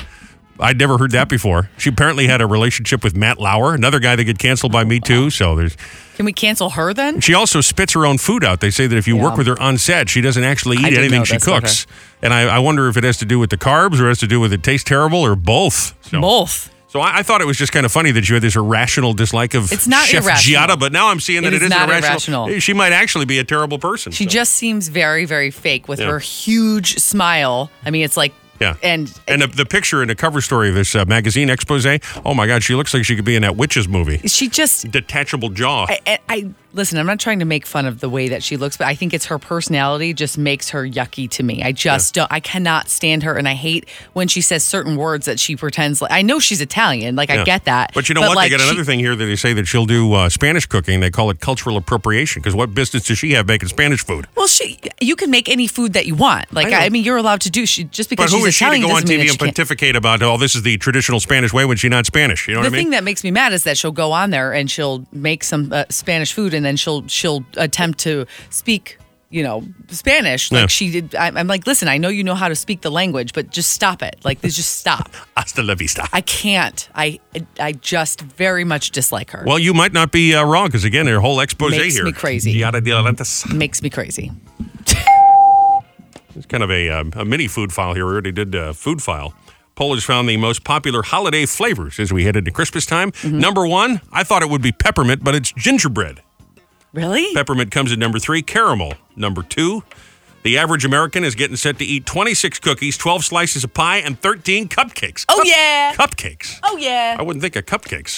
I'd never heard that before. She apparently had a relationship with Matt Lauer, another guy that got canceled by Me Too. So there's
Can we cancel her then?
she also spits her own food out. They say that if you work with her on set, she doesn't actually eat
did
anything
know
she
this about
cooks. And I, I wonder if it has to do with the carbs or has to do with it tastes terrible or both. So,
Both.
so I, I thought it was just kind of funny that you had this irrational dislike of
It's not
Chef
irrational.
Giada, but now I'm seeing that it
It is
isn't
not
irrational.
irrational.
She might actually be a terrible person.
She
so.
just seems very, very fake with
Yeah.
her huge smile. I mean, it's like,
Yeah.
and,
And the, the picture in the cover story of this uh, magazine expose, oh my God, she looks like she could be in that witches movie.
she just
Detachable jaw.
I, I, I listen. I'm not trying to make fun of the way that she looks, but I think it's her personality just makes her yucky to me. I just don't. I cannot stand her, and I hate when she says certain words that she pretends like. I know she's Italian, like
Yeah.
I get that.
But you know what?
Like,
they got
she-
another thing here that they say that she'll do uh, Spanish cooking. They call it cultural appropriation because what business does she have making Spanish food?
Well, she. You can make any food that you want. Like
know.
I, mean, you're allowed to do. She just
But
because
who
she's
is she to
Italian
go on
doesn't
TV
mean that
and
she can't.
pontificate about, oh, this is the traditional Spanish way when she's not Spanish? You know
the
what I
thing
mean?
that makes me mad is that she'll go on there and she'll make some uh, Spanish food, and then she'll she'll attempt to speak you know, Spanish. Like
Yeah.
she did. I, I'm like, listen, I know you know how to speak the language, but just stop it. Like, this, just stop.
Hasta la vista.
I can't. I I just very much dislike her.
Well, you might not be uh, wrong because again, her whole expose
Makes
here
me crazy.
Yada de la It's
Makes me crazy.
kind of a, um, a mini food file here. We already did uh, food file. Poll has found the most popular holiday flavors as we head into Christmas time.
Mm-hmm.
Number one, I thought it would be peppermint, but it's gingerbread.
Really?
Peppermint comes at number three, caramel. Number two, the average American is getting set to eat 26 cookies, 12 slices of pie, and 13 cupcakes.
Oh, yeah.
Cupcakes.
oh yeah.
I wouldn't think of cupcakes.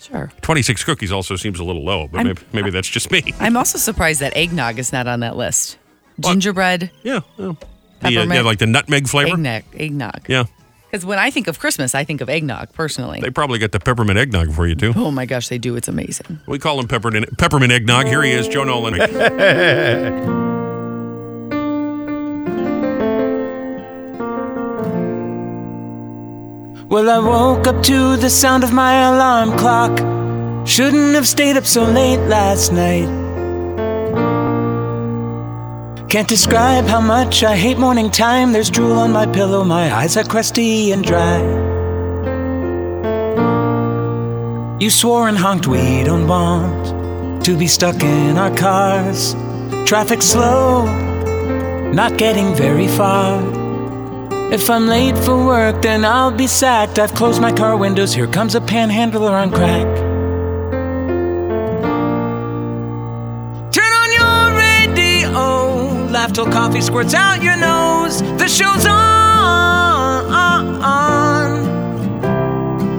Sure.
26 cookies also seems a little low, but
I'm-
maybe, maybe that's just me.
<laughs> I'm also surprised that eggnog is not on that list. Gingerbread,
Yeah. well, the, uh, yeah,
Peppermint.
like the nutmeg flavor.
eggnog, eggnog.
Yeah.
Because when I think of Christmas, I think of eggnog personally.
They probably got the peppermint eggnog for you, too.
oh my gosh, they do. It's amazing.
We call him peppermint, peppermint eggnog. Here he is, Joe
<laughs>
Nolan.
Well, I woke up to the sound of my alarm clock. Shouldn't have stayed up so late last night. Can't describe how much I hate morning time. There's drool on my pillow, my eyes are crusty and dry. You swore and honked, we don't want to be stuck in our cars. Traffic slow, not getting very far. If I'm late for work, then I'll be sacked. I've closed my car windows, here comes a panhandler on crack. Turn on your radio, laugh till coffee squirts out your nose. The show's on.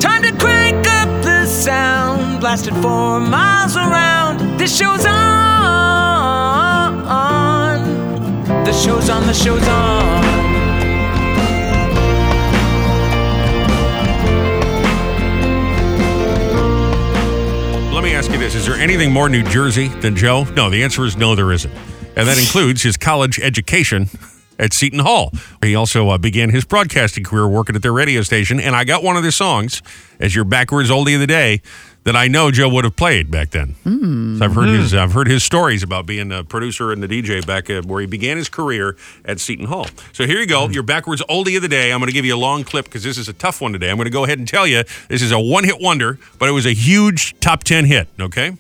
Time to crank up the sound, blasted four miles around. The show's on. The show's on, the show's on.
Let me ask you this Is there anything more New Jersey than Joe? No, the answer is no, there isn't. And that includes his college education at Seton Hall. He also uh, began his broadcasting career working at their radio station. And I got one of their songs as your backwards oldie of the day that I know Joe would have played back then. So I've heard his I've heard his stories about being a producer and the DJ back uh, where he began his career at Seton Hall. So here you go, your backwards oldie of the day. I'm going to give you a long clip because this is a tough one today. I'm going to go ahead and tell you this is a one hit wonder, but it was a huge top ten hit. Okay.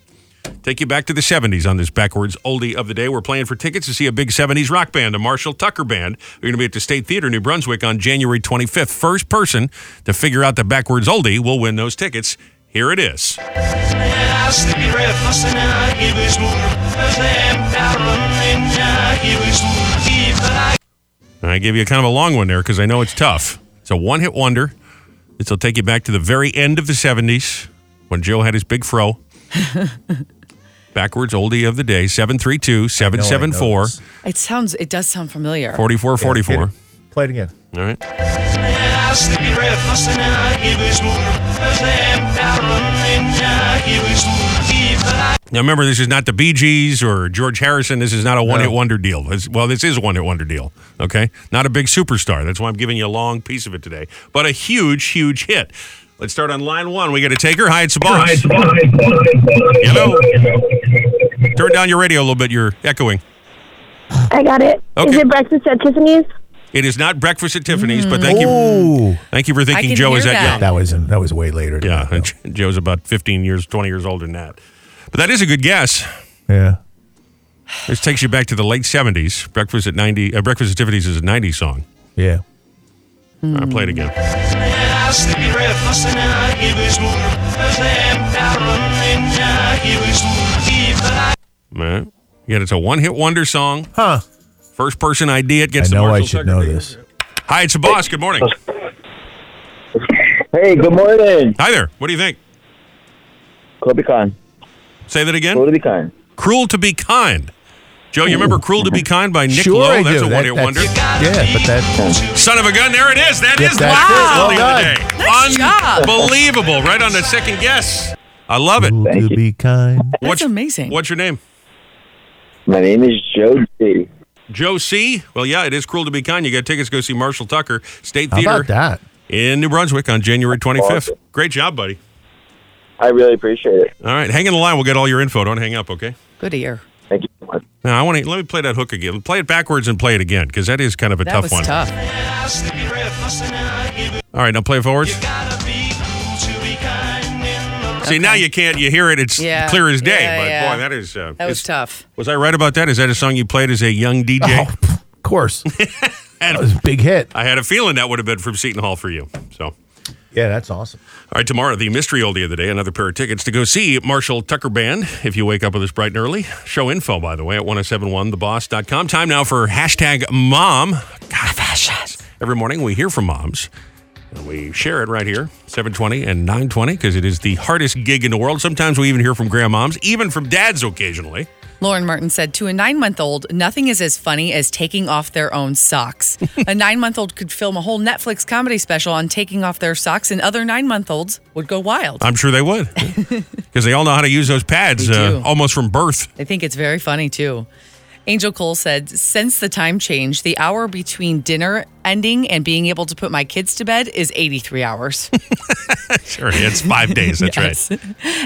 Take you back to the 70s on this backwards oldie of the day. We're playing for tickets to see a big 70s rock band, the Marshall Tucker Band. They're going to be at the State Theater, New Brunswick on January 25th. First person to figure out the backwards oldie will win those tickets. Here it is. And I gave you kind of a long one there because I know it's tough. It's a one hit wonder. This will take you back to the very end of the 70s when Joe had his big fro. Backwards oldie of the day 732 774
It sounds. It does sound familiar.
4444.
Play it again.
All right. Now remember, this is not the Bee Gees or George Harrison. This is not a one-hit wonder deal. This- well, this is a one-hit wonder deal. Okay, not a big superstar. That's why I'm giving you a long piece of it today, but a huge, huge hit. Let's start on line one. We got to take her. Hi, it's the boss. Hello. Turn down your radio a little bit. You're echoing.
I got it. Is
Okay.
it breakfast at Tiffany's?
It is not breakfast at Tiffany's, but thank you,
Ooh,
thank you for
Mm. I
thinking
can
Joe is
hear
that
that.
young.
that was in, that was way later. than
Yeah,
that,
and Jo- Joe's about 15 years, 20 years older than that. But that is a good guess.
though. yeah.
This takes you back to the late 70s. Breakfast at 90, uh, Breakfast at Tiffany's is a 90s song.
Yeah.
I play it again. Right. Again, it's a one-hit wonder song.
Huh.
First person idea it
I
gets the
know I
Marshall
should
Tucker
know
Band.
this.
Hi, it's the boss. Good morning.
Hey, good morning.
Hi there. What do you think?
Kobe Khan.
Say that again.
Totally Khan.
Cruel to be kind. Joe, you remember Cruel to be Kind by Nick
sure,
Lowe?
I
That's
do.
a
That-
one-hit wonder.
Yeah, but that
Son of a gun, there it is. That
Yes,
is
that's
the
it.
first
Well
one of
done.
the day.
Nice job.
Unbelievable. Right on the second guess. I love it.
cool to be kind.
What's
amazing.
What's your name?
My name is Joe D.
Joe C. Well, yeah, it is cruel to be kind. You got tickets. Go see Marshall Tucker State
How about
Theater <laughs>
that?
in New Brunswick on January 25th.
Awesome.
Great job, buddy.
I really appreciate it.
All right, hang in the line. We'll get all your info. Don't hang up, okay?
Good ear.
Thank you so much.
Now I want to let me play that hook again. Play it backwards and play it again because that is kind of a
that
tough
was
one.
tough.
All right, now play it forwards. See now you can't you hear it it's
Yeah.
clear as day
Yeah,
but
yeah.
boy that is uh,
That was
is-
tough.
was I right about that is that a song you played as a young
Oh,
<laughs> DJ
Of course. that was a big hit.
I had a feeling that would have been from Seton Hall for you so
Yeah, that's awesome.
All right, tomorrow, the mystery oldie of the day, another pair of tickets to go see Marshall Tucker Band if you wake up with us bright and early. Show info, by the way, at 1071theboss.com. Time now for hashtag mom. God, fashions. Every morning we hear from moms. and We share it right here, 720 and 920, because it is the hardest gig in the world. Sometimes we even hear from grandmoms, even from dads occasionally.
Lauren Martin said to a nine month old, nothing is as funny as taking off their
<laughs>
own socks. a nine month old could film a whole Netflix comedy special on taking off their socks, and other nine month olds would go wild.
I'm sure they would, <laughs> because they all know how to use those pads
They
uh,
do.
almost from birth.
I think it's very funny too. Angel Cole said, since the time change, the hour between dinner ending and being able to put my kids to bed is 83 hours.
Sure, it's five days. That's
<laughs> Yes.
right.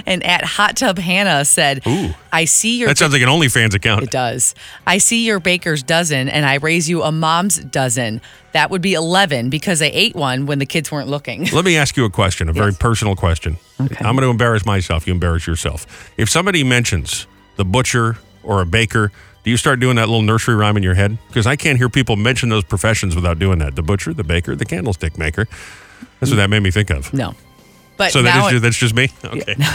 and at Hot Tub Hannah said,
Ooh.
I see your
That sounds like an OnlyFans account.
It does. I see your baker's dozen and I raise you a mom's dozen. That would be 11 because I ate one when the kids weren't looking. <laughs>
Let me ask you a question, a very personal question. I'm going to embarrass myself. You embarrass yourself. If somebody mentions the butcher or a baker, do you start doing that little nursery rhyme in your head? Because I can't hear people mention those professions without doing that. The butcher, the baker, the candlestick maker. That's what that made me think of.
No. But
so
now
that is, that's just me?
<laughs>
Okay. <laughs>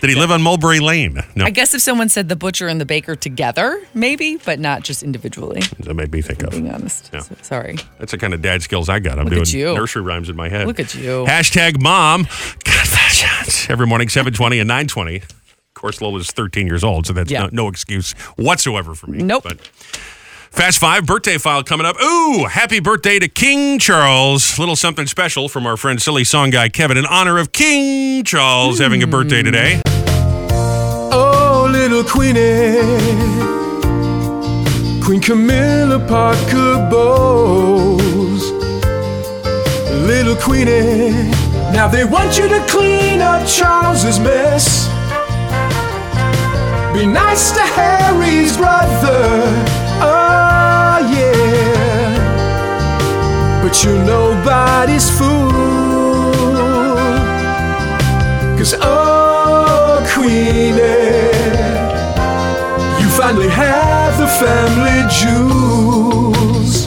Did he live on Mulberry Lane? No.
I guess if someone said the butcher and the baker together, maybe, but not just individually.
that made me think of.
Being honest.
Yeah.
So- sorry.
That's the kind of dad skills I got. I'm
Look at
doing
you.
nursery rhymes in my head.
Look at you.
Hashtag mom. Confessions. Every morning, 720 and 920. Of course, Lola's 13 years old, so that's
Yeah.
no, no excuse whatsoever for me.
Nope.
Fast Five birthday file coming up. Ooh, happy birthday to King Charles. Little something special from our friend Silly Song Guy Kevin in honor of King Charles having a birthday
Hmm.
today.
Oh, little Queenie, Queen Camilla Parker Bowles. Little Queenie, now they want you to clean up Charles's mess. Be nice to Harry's brother. Oh, yeah. But you're nobody's fool. Cause oh, Queenie, you finally have the family jewels.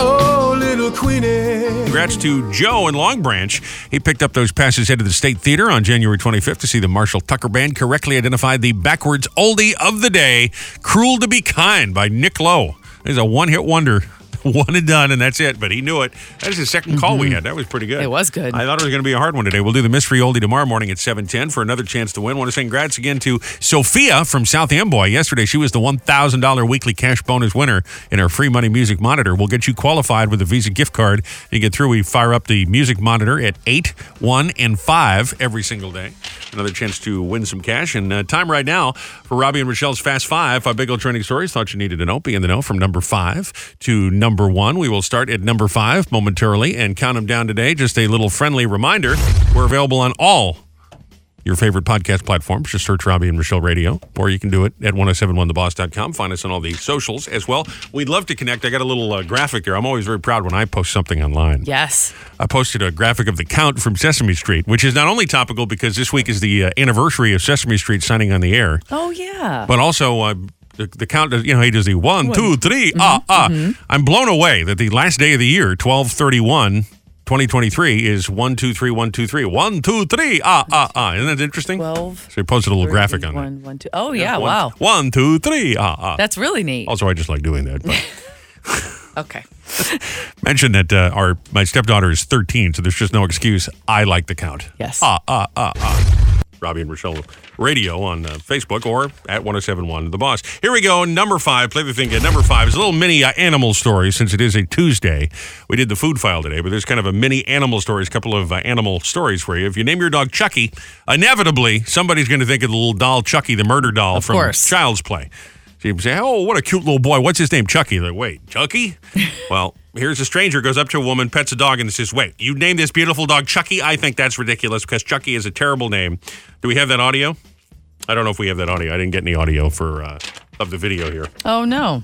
Oh, little Queenie.
Congrats to Joe in Long Branch. He picked up those passes headed to the State Theater on January 25th to see the Marshall Tucker Band correctly identified the backwards oldie of the day, Cruel to Be Kind by Nick Lowe. It's a one hit wonder. <laughs> One and done, and that's it. But he knew it. That is the 2nd call we had. That was pretty good.
It was good.
I thought it was going to be a hard one today. We'll do the mystery oldie tomorrow morning at 7:10 for another chance to win. want to say congrats again to Sophia from South Amboy. Yesterday, she was the $1,000 weekly cash bonus winner in our free money music monitor. We'll get you qualified with a Visa gift card. You get through, we fire up the music monitor at 8, 1, and 5 every single day. Another chance to win some cash. And uh, time right now for Robbie and Michelle's Fast Five. Five big old trending stories. Thought you needed to know. Be in the know from number five to number one. We will start at number five momentarily and count them down today. Just a little friendly reminder we're available on all your favorite podcast platforms. Just search Robbie and Michelle Radio, or you can do it at 1071theboss.com. Find us on all the socials as well. We'd love to connect. I got a little uh, graphic there. I'm always very proud when I post something online.
Yes.
I posted a graphic of the Count from Sesame Street, which is not only topical because this week is the uh, anniversary of Sesame Street signing on the air,
Oh, yeah.
but also uh, the, the Count does, you know, he does the one, two, three, ah, ah. I'm blown away that the last day of the year, 1231. 2023 is one two three one two three one two three ah ah ah isn't that interesting?
12.
So he posted a little graphic on that.
One, one, two. Oh, yeah.
One-
wow.
One two three ah ah.
That's really neat.
Also, I just like doing that. But Oh.
Okay.
mention that uh, our my stepdaughter is 13, so there's just no excuse. I like the count.
Yes.
Ah, ah, ah, ah. Robbie and Rochelle Radio on uh, Facebook or at 1071 The Boss. Here we go. Number five. Play the thing again. Number five is a little mini uh, animal story since it is a Tuesday. We did the food file today, but there's kind of a mini animal stories, couple of uh, animal stories for you. If you name your dog Chucky, inevitably somebody's going to think of the little doll Chucky, the murder doll from
course.
Child's Play. So you say, "Oh, what a cute little boy! What's his name? Chucky." They're like, "Wait,
<laughs>
Chucky?" well, here's a stranger goes up to a woman, pets a dog, and says, "Wait, you named this beautiful dog Chucky? I think that's ridiculous because Chucky is a terrible name." Do we have that audio? I don't know if we have that audio. I didn't get any audio for uh, of the video here.
Oh no.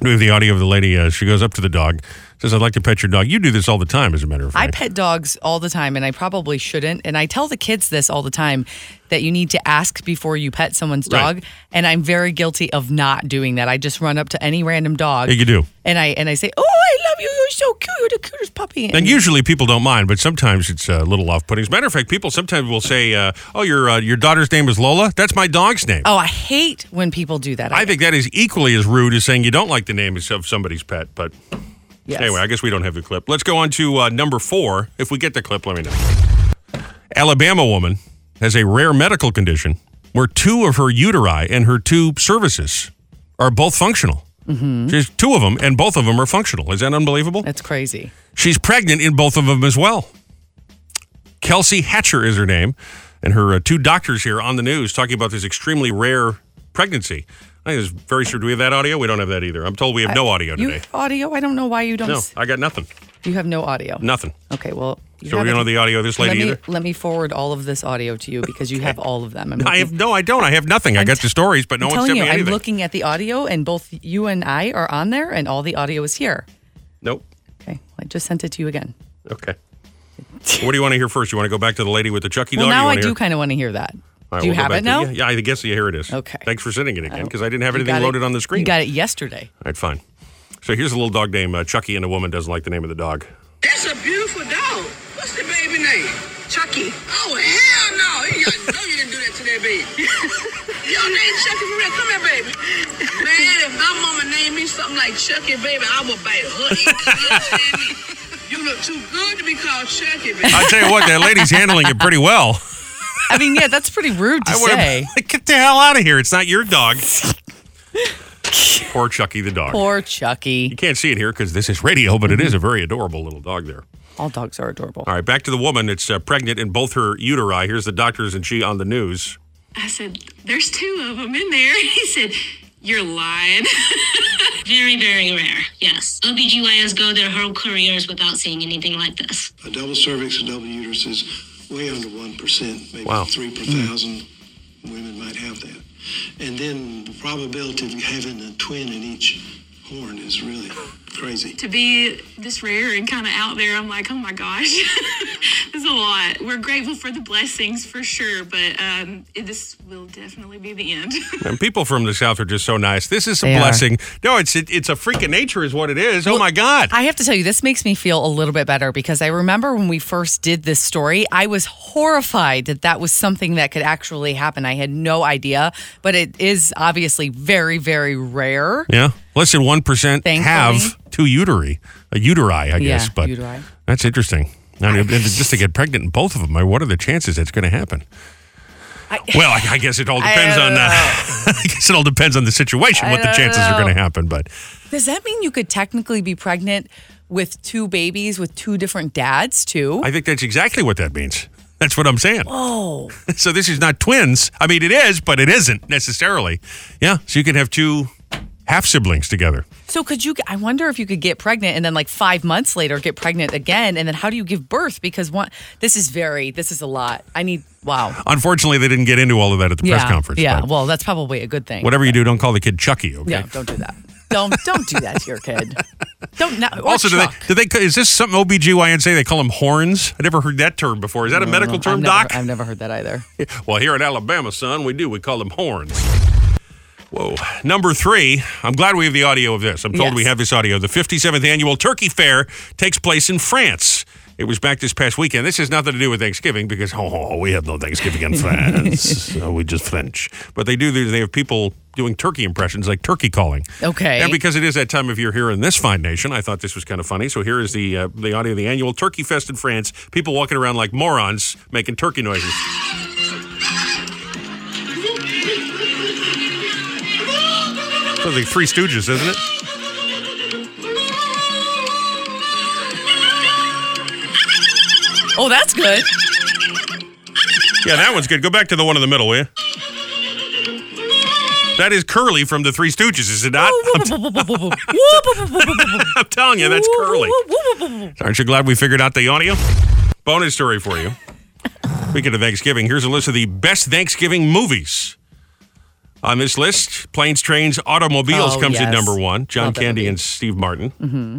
We have the audio of the lady. Uh, she goes up to the dog, says, "I'd like to pet your dog." You do this all the time, as a matter of fact.
I pet dogs all the time, and I probably shouldn't. And I tell the kids this all the time that you need to ask before you pet someone's
Right.
dog. And I'm very guilty of not doing that. I just run up to any random dog.
Yeah, you do.
And I and I say, "Oh, I love you. You're so cute. You're the cutest puppy."
And usually people don't mind, but sometimes it's uh, a little off-putting. As a matter of fact, people sometimes will say, uh, "Oh, your uh, your daughter's name is Lola. That's my dog's name."
oh, I hate when people do that.
I think that is equally as rude as saying you don't like the name of somebody's pet. But
Yes.
anyway, I guess we don't have the clip. Let's go on to uh, number four. If we get the clip, let me know. Alabama woman has a rare medical condition where two of her uteri and her two cervices are both functional.
Mhm.
She has two of them, and both of them are functional. Is that unbelievable?
That's crazy.
She's pregnant in both of them as well. Kelsey Hatcher is her name, and her uh, two doctors here on the news talking about this extremely rare pregnancy. I think it's very sure. Do we have that audio? We don't have that either. I'm told we have no audio
You
today.
have audio? I don't know why you don't.
No,
s-
I got nothing.
You have no audio.
Nothing.
Okay, well. you
So we
have
don't
it.
have the audio of this
Let
lady
me-
either?
Let me forward all of this audio to you because you have all of them. I'm
I
looking-
have no. I don't. I have nothing. I got the stories, but no
I'm
one
telling
sent
you,
me
I'm
anything.
looking at the audio, and both you and I are on there, and all the audio is here.
nope.
Okay, I just sent it to you again. <laughs>
Okay. what do you want to hear first? You want to go back to the lady with the Chucky
well,
dog? you
now I
wanna
do
hear-
kind of want to hear that.
All right,
do you
we'll go
have
back
it
to-
now? Oh,
Yeah, yeah, I guess yeah, here it is. Okay. Thanks for sending it again because I didn't have
You
anything
got it-
loaded on the screen.
You got it yesterday.
All right, fine. So here's a little dog named uh, Chucky, and a woman doesn't like the name of the dog.
That's a beautiful dog. What's the baby name? Chucky. Oh, hell no. You I know you didn't do that to that baby. Your name Chucky for real. Come here, baby. Man, if my mama named me something like Chucky, baby, I would bite her. You understand me? You look too good to be called Chucky, baby.
I tell you what, that lady's handling it pretty
<laughs>
well.
I mean, yeah, that's
<laughs>
pretty rude to
I would've-
say.
Get the hell out of here! It's not your dog. Poor Chucky the dog.
Poor Chucky.
You can't see it here because this is radio, but it is a very adorable little dog there.
All dogs are adorable.
All right, back to the woman that's uh, pregnant in both her uteri. Here's the doctors and she on the news.
I said, There's two of them in there. <laughs> He said, You're lying. <laughs> very, very rare. Yes. OBGYNs go their whole careers without seeing anything like this.
A double cervix, a double uterus is way under 1%, maybe
Wow.
3 per
Mm.
thousand women might have that. And then the probability of having a twin in each horn is really crazy.
To be this rare and kind of out there, I'm like, Oh my gosh, <laughs> there's a lot. We're grateful for the blessings for sure, but um, it, this will definitely be the end. <laughs>
And people from the south are just so nice. This is a
They are.
blessing. No, it's it, it's a freak of nature, is what it is. oh my God!
I have to tell you, this makes me feel a little bit better because I remember when we first did this story, I was horrified that that was something that could actually happen. I had no idea, but it is obviously very, very rare.
Yeah, less than one percent
Thankfully.
have two uteri, a uteri, I guess.
Yeah,
but
uteri.
that's interesting. I mean, and just to get pregnant in both of them, I- what are the chances that's going to happen? <laughs> well, I, I guess it all
I
depends
don't
on. Uh, <laughs> I guess it all depends on the situation,
I
what the
don't
chances are
know.
going to happen. But
Does that mean you could technically be pregnant with two babies with two different dads, too?
I think that's exactly what that means. That's what I'm saying.
Oh,
<laughs> So this is not twins. I mean, it is, but it isn't necessarily. Yeah. So you can have two half siblings together.
so could you? I wonder if you could get pregnant and then, like, five months later, get pregnant again. And then how do you give birth? Because one, this is very, this is a lot. I need, wow.
Unfortunately, they didn't get into all of that at the press conference.
Yeah,
but
well, that's probably a good thing.
Whatever you do, don't call the kid Chucky. Okay.
Yeah, don't do that. Don't don't do that to
<laughs>
your kid. Don't not, or
Also, do
Chuck.
they, do they is this something OBGYN say they call them horns? I never heard that term before. Is that a
No,
medical
no,
term,
I've
doc?
Never, I've never heard that either.
well, here in Alabama, son, we do. We call them horns. Whoa. Number three, I'm glad we have the audio of this. I'm told
Yes.
we have this audio. The 57th annual Turkey Fair takes place in France. It was back this past weekend. This has nothing to do with Thanksgiving because, oh, we have no Thanksgiving
<laughs>
in France. Oh, we just French. But they do, they have people doing turkey impressions, like turkey calling.
Okay.
And because it is that time of year here in this fine nation, I thought this was kind of funny. So here is the uh, the audio of the annual Turkey Fest in France. People walking around like morons making turkey noises. Sounds like Three Stooges, isn't it?
Oh, that's
<laughs>
good.
Yeah, that one's good. Go back to the one in the middle, will you? That is Curly from the Three Stooges, is it not?
Oh,
<laughs> I'm telling you, that's Curly. Aren't you glad we figured out the audio? Bonus story for you. Speaking of Thanksgiving, here's a list of the best Thanksgiving movies. On this list, planes, trains, automobiles
Oh,
comes
yes.
in number one. John
Love that
Candy
movie.
and Steve Martin.
Mm-hmm.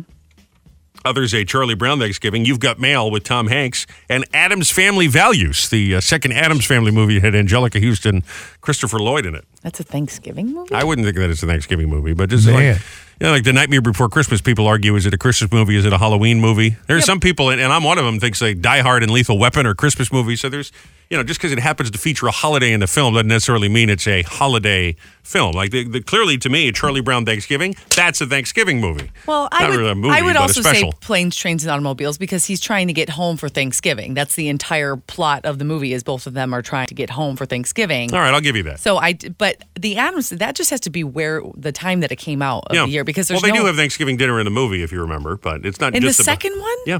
Others a Charlie Brown Thanksgiving. You've got Mail with Tom Hanks and Adam's Family Values, the uh, second Adam's Family movie had Angelica Houston, Christopher Lloyd in it.
That's a Thanksgiving movie.
I wouldn't think that it's a Thanksgiving movie, but just like,
Man.
you know, like the Nightmare Before Christmas, people argue is it a Christmas movie? Is it a Halloween movie? There's some people, and, and I'm one of them, thinks like Die Hard and Lethal Weapon are Christmas movies. So there's, you know, just because it happens to feature a holiday in the film doesn't necessarily mean it's a holiday film. Like the, the, clearly to me, Charlie Brown Thanksgiving, that's a Thanksgiving movie.
Well, I
Not
would,
really a movie,
I would
but a
also say
special.
planes, trains, and automobiles because he's trying to get home for Thanksgiving. That's the entire plot of the movie is both of them are trying to get home for Thanksgiving.
All right, I'll give you that.
So I, d- but the Adams that just has to be where the time that it came out of the year because
well,
there's
they
no
do have Thanksgiving dinner in the movie, if you remember, but it's not
in the
just about-
second one.
Yeah,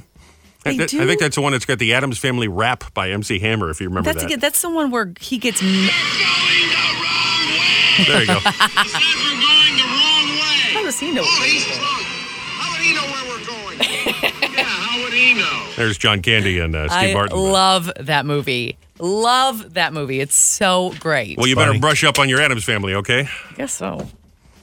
I,
They
that- I
do?
think that's the one that's got the Adams Family rap by MC Hammer, if you remember
that's
that.
a good- that's the one where he gets. m-
There you go.
How does he know?
Oh, he's drunk. How would he know where we're
<laughs>
going? yeah, how would he know?
There's John Candy and uh, Steve
I
Martin.
love that movie. Love that movie. It's so great.
well, you better brush up on your Adams Family, okay?
I guess so.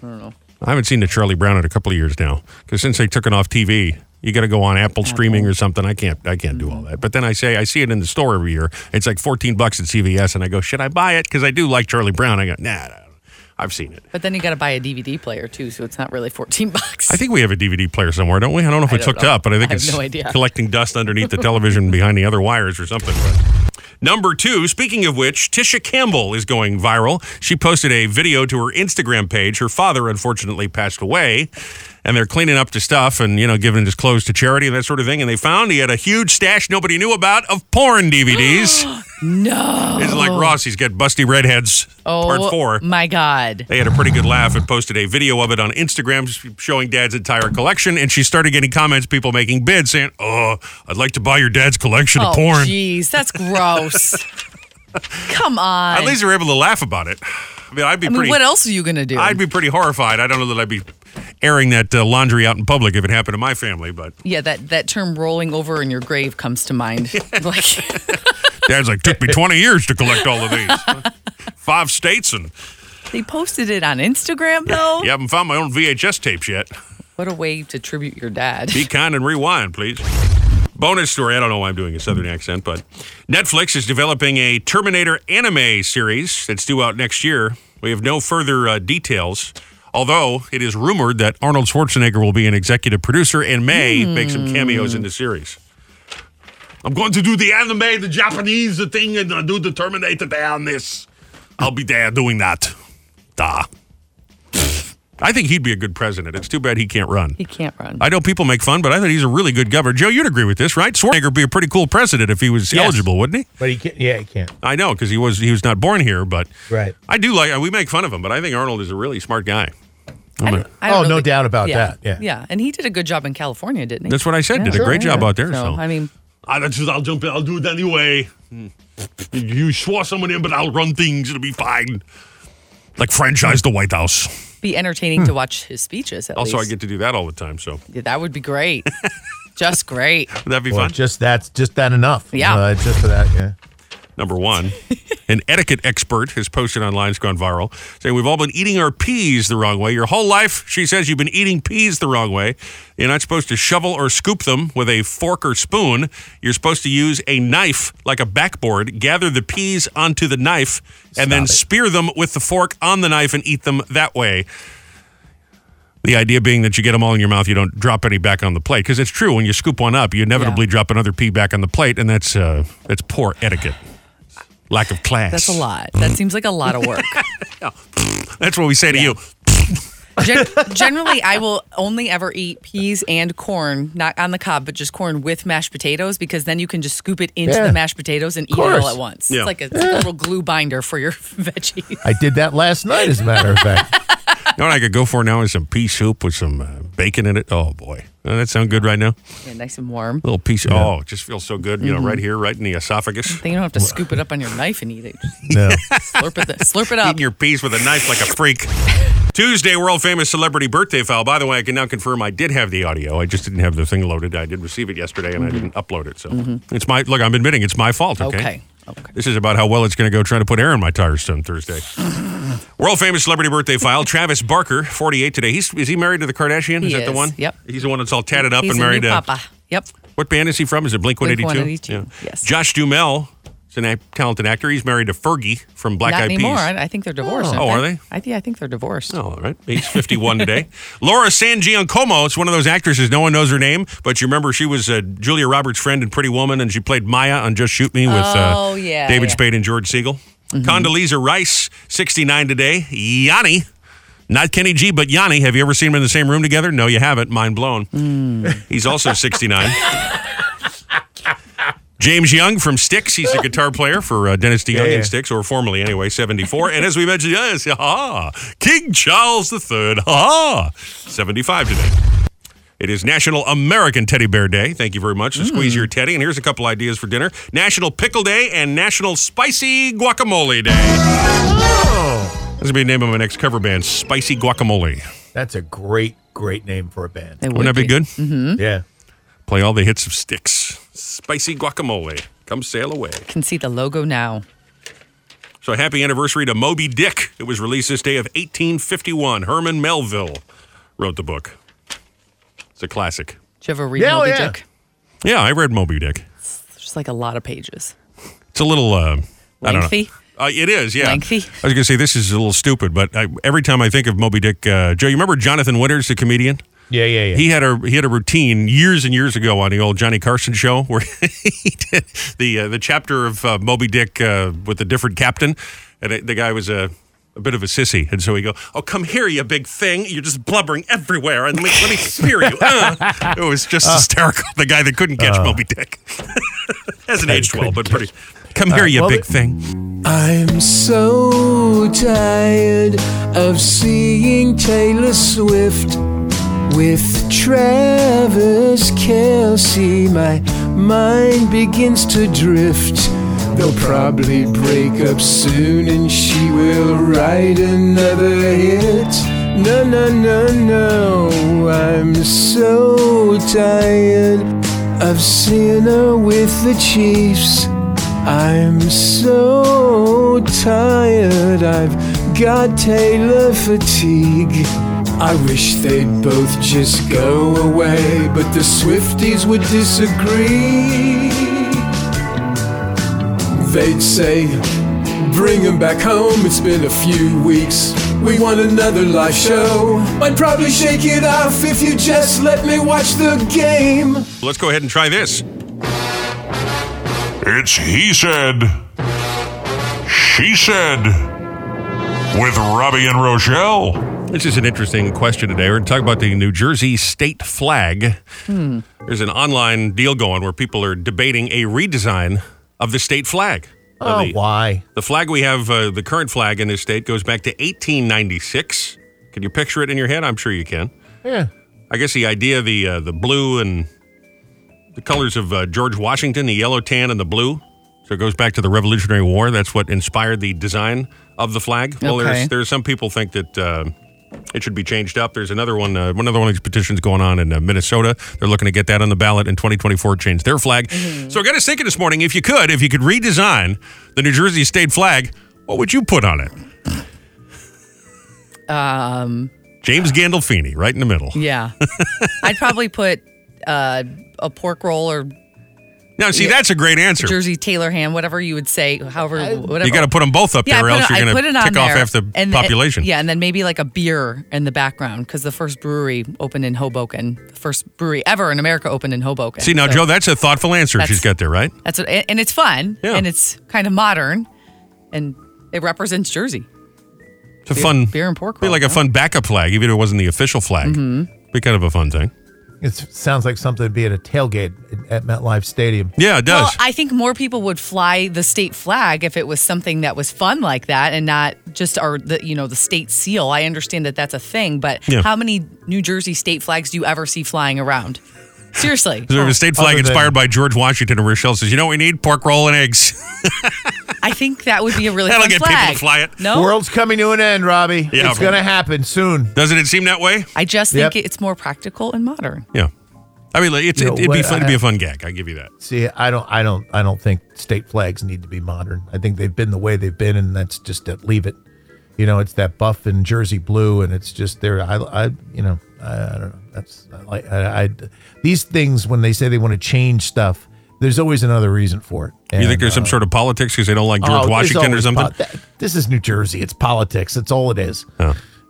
I don't know.
I haven't seen the Charlie Brown in a couple of years now because since they took it off TV, you got to go on
Oh,
Apple streaming or something. I can't, I can't do all that. But then I say I see it in the store every year. It's like 14 bucks at CVS, and I go, should I buy it? Because I do like Charlie Brown. I go, nah, I don't- I've seen it.
But then you got to buy a DVD player too, so it's not really fourteen <laughs> bucks.
I think we have a DVD player somewhere, don't we? I don't know if
I
it's
don't
hooked
know.
up, but I think
I have
it's
no
<laughs>
idea.
collecting dust underneath the
<laughs>
television behind the other wires or something. But. Number two, speaking of which, Tisha Campbell is going viral. She posted a video to her Instagram page. Her father unfortunately passed away, and they're cleaning up the stuff and, you know, giving his clothes to charity and that sort of thing. And they found he had a huge stash nobody knew about of porn DVDs.
<gasps> no.
It's like Rossi's got Busty Redheads
Oh,
Part 4.
my God.
They had a pretty good laugh and posted a video of it on Instagram showing dad's entire collection. And she started getting comments, people making bids saying, Oh, I'd like to buy your dad's collection
oh,
of porn.
Jeez,
<laughs>
that's gross. Come on.
At least they were able to laugh about it. I mean, I'd be
I mean,
pretty.
what else are you gonna do?
I'd be pretty horrified. I don't know that I'd be airing that uh, laundry out in public if it happened to my family, but
yeah, that that term "rolling over in your grave" comes
<laughs>
to mind. like, <laughs>
dad's like, Took me 20 years to collect all of these. <laughs> Five states, and
they posted it on Instagram though.
you haven't found my own VHS tapes yet.
What a way to tribute your dad.
Be kind and rewind, please. Bonus story. I don't know why I'm doing a southern accent, but Netflix is developing a Terminator anime series that's due out next year. We have no further uh, details, although it is rumored that Arnold Schwarzenegger will be an executive producer and may make some cameos in the series. I'm going to do the anime, the Japanese the thing, and uh, do the Terminator there on this. I'll be there doing that. Da. I think he'd be a good president. It's too bad he can't run.
He can't run.
I know people make fun, but I think he's a really good governor. Joe, you'd agree with this, right? Schwarzenegger would be a pretty cool president if he was eligible, wouldn't he?
But he can't. Yeah, he can't.
I know because he was he was not born here, but
Right.
I do like we make fun of him, but I think Arnold is a really smart guy.
I don't
Oh,
know
no
the-
doubt about that, yeah.
Yeah, and he did a good job in California, didn't he?
That's what I said.
Yeah.
Did a great job out there. So,
I mean,
I, will jump in. I'll do it anyway. Hmm. You swore someone in, but I'll run things. It'll be fine. Like franchise the White House.
be entertaining to watch his speeches. At
Hmm. Also, I
least.
get to do that all the time. So
Yeah, that would be great.
<laughs>
Just great.
would that be
Well,
fun?
just that's just that enough.
Yeah.
Uh, just for that. Yeah.
Number one, an etiquette expert has posted online, it's gone viral, saying we've all been eating our peas the wrong way. Your whole life, she says, you've been eating peas the wrong way. You're not supposed to shovel or scoop them with a fork or spoon. You're supposed to use a knife like a backboard, gather the peas onto the knife, and then spear them with the fork on the knife and eat them that way. The idea being that you get them all in your mouth, you don't drop any back on the plate. Because it's true, when you scoop one up, you inevitably drop another pea back on the plate, and that's uh, that's poor etiquette, lack of class.
That's a lot. That seems like a lot of work.
That's what we say to you.
Gen- generally, I will only ever eat peas and corn, not on the cob, but just corn with mashed potatoes, because then you can just scoop it into
Yeah.
the mashed potatoes and eat it all
Course.
at once.
Yeah.
It's like a, it's like a little glue binder for your <laughs> veggies.
I did that last night, as a matter of fact.
<laughs> You know what I could go for now is some pea soup with some uh, bacon in it. Oh boy, doesn't that sound good right now?
Yeah, nice and warm.
little piece. Oh, it just feels so good. You
Mm-hmm.
know, right here, right in the esophagus.
Then you don't have to scoop it up on your knife and eat it. Just
No.
slurp
<laughs>
it. Slurp it up.
Eating your peas with a knife like a
<laughs>
freak. Tuesday, world famous celebrity birthday file. By the way, I can now confirm I did have the audio. I just didn't
Mm-hmm.
have the thing loaded. I did receive it yesterday, and I didn't upload it. So it's my look. I'm admitting it's my fault. Okay.
Okay.
This is about how well it's going to go trying to put air in my tires on
<laughs>
Thursday. World famous celebrity birthday file. Travis Barker, 48 today. He's, is he married to the Kardashian?
He
is that the
is,
one?
yep.
He's the one that's all tatted up
He's
and
a
married
new
to.
papa. Yep.
What band is he from? Is it Blink 182?
182, yes.
Josh Dumel is a talented actor. He's married to Fergie from Black
Not
Eyed
anymore.
Peas.
I, I think they're divorced.
Oh. Oh,
aren't
are they?
I, thi- I think they're divorced.
Oh, all right. He's 51
<laughs>
today. Laura San Giancomo. It's one of those actresses. No one knows her name, but you remember she was uh, Julia Roberts' friend in Pretty Woman, and she played Maya on Just Shoot Me with uh,
Oh, yeah,
David
yeah. Mm-hmm.
Spade and George Siegel. Condoleezza Rice, 69 today. Yanni. Not Kenny G, but Yanni. Have you ever seen them in the same room together? No, you haven't. Mind blown. He's also 69. James Young from Styx. He's a guitar player for uh, Dennis DeYoung
Yeah, yeah.
and Styx, or formerly anyway, 74. and as we mentioned, yes, ah, King Charles III, ah, 75 today. It is National American Teddy Bear Day. Thank you very much. So Squeeze your teddy. And here's a couple ideas for dinner National Pickle Day and National Spicy Guacamole Day. This will be the name of my next cover band, Spicy Guacamole.
That's a great, great name for a band.
Wouldn't that be, good? Mm-hmm.
Yeah.
Play all the hits of Styx. Spicy Guacamole. Come sail away.
Can see the logo now.
So happy anniversary to Moby Dick. It was released this day of 1851. Herman Melville wrote the book. It's a classic.
Did you ever read
Yeah, oh,
Moby
yeah.
Dick?
Yeah, I read Moby Dick.
It's just like a lot of pages.
It's a little uh, I don't know.
Lengthy?
Uh, it is, yeah.
Lengthy?
I was going to say this is a little stupid, but I, every time I think of Moby Dick, uh, Joe, you remember Jonathan Winters, the comedian?
Yeah, yeah, yeah.
He had a he had a routine years and years ago on the old Johnny Carson show where <laughs> he did the uh, the chapter of uh, Moby Dick uh, with a different captain, and it, the guy was a. A bit of a sissy, and so he go, "Oh, come here, you big thing! You're just blubbering everywhere, and let me, let me spear you." Uh. It was just hysterical. The guy that couldn't catch
Uh.
Moby Dick <laughs> hasn't
I
aged well,
couldn't
but pretty. Come here,
Uh,
you
well,
big
it-
thing.
I'm so tired of seeing Taylor Swift with Travis Kelsey. My mind begins to drift. They'll probably break up soon and she will write another hit. No, no, no, no. I'm so tired of seeing her with the Chiefs. I'm so tired, I've got Taylor fatigue. I wish they'd both just go away, but the Swifties would disagree. They'd say, Bring him back home, it's been a few weeks. We want another live show. I'd probably shake it off if you just let me watch the game.
Let's go ahead and try this.
It's He Said, She Said, with Robbie and Rochelle.
This is an interesting question today. We're going to talk about the New Jersey state flag.
Hmm.
There's an online deal going where people are debating a redesign of the state flag.
Oh, why?
The flag we have, uh, the current flag in this state, goes back to 1896. Can you picture it in your head? I'm sure you can.
Yeah.
I guess the idea, the uh, the blue and the colors of uh, George Washington, the yellow, tan, and the blue. So it goes back to the Revolutionary War. That's what inspired the design of the flag. Well,
Okay.
there's there's some people think that uh, it should be changed up. There's another one, uh, another one of these petitions going on in uh, Minnesota. They're looking to get that on the ballot in 2024, change their flag.
Mm-hmm.
So I got us thinking this morning, if you could, if you could redesign the New Jersey state flag, what would you put on it?
Um,
James Gandolfini, right in the middle.
yeah. I'd probably put uh, a pork roll or
Now, see,
Yeah.
that's a great answer.
Jersey Taylor ham, whatever you would say, however, whatever.
You got to put them both up
Yeah,
there,
I
or
put
else
it- I
you're
put
going
it
to
on
tick off
there.
half the
And then-
population.
yeah, and then maybe like a beer in the background because the first brewery opened in Hoboken, the first brewery ever in America opened in Hoboken.
See, now,
So
Joe, that's a thoughtful answer
That's-
she's got there, right?
that's what, and and it's fun and it's kind of modern and it represents Jersey.
It's a fun,
beer and pork
be
roll.
like a fun backup flag, even if it wasn't the official flag.
Mm-hmm.
Be kind of a fun thing.
It sounds like something to be at a tailgate at MetLife Stadium.
Yeah, it does.
Well, I think more people would fly the state flag if it was something that was fun like that and not just our the you know the state seal. I understand that that's a thing, but
Yeah.
how many New Jersey state flags do you ever see flying around? Seriously.
There's a state flag inspired by George Washington, and Rochelle says, "You know what we need? Pork roll and eggs." <laughs>
I think that would be a really
That'll
fun
get people to
flag.
fly it.
No.
World's coming to an end, Robbie.
Yeah.
It's going to happen soon.
Doesn't it seem that way?
I just think
Yep.
it's more practical and modern.
Yeah. I mean, like, it's,
You
it,
know,
it'd be
what-
fun to be
I-
a fun gag. I give you that.
See, I don't, I don't, I don't think state flags need to be modern. I think they've been the way they've been, and that's just that. Leave it. You know, it's that buff and Jersey blue, and it's just there. I, I, you know, I, I don't know. That's I like I, I, these things when they say they want to change stuff, there's always another reason for it.
you think there's some sort of politics because they don't like George
uh, Oh, there's
Washington or
always
something?
po- that- this is New Jersey. It's politics. That's all it is.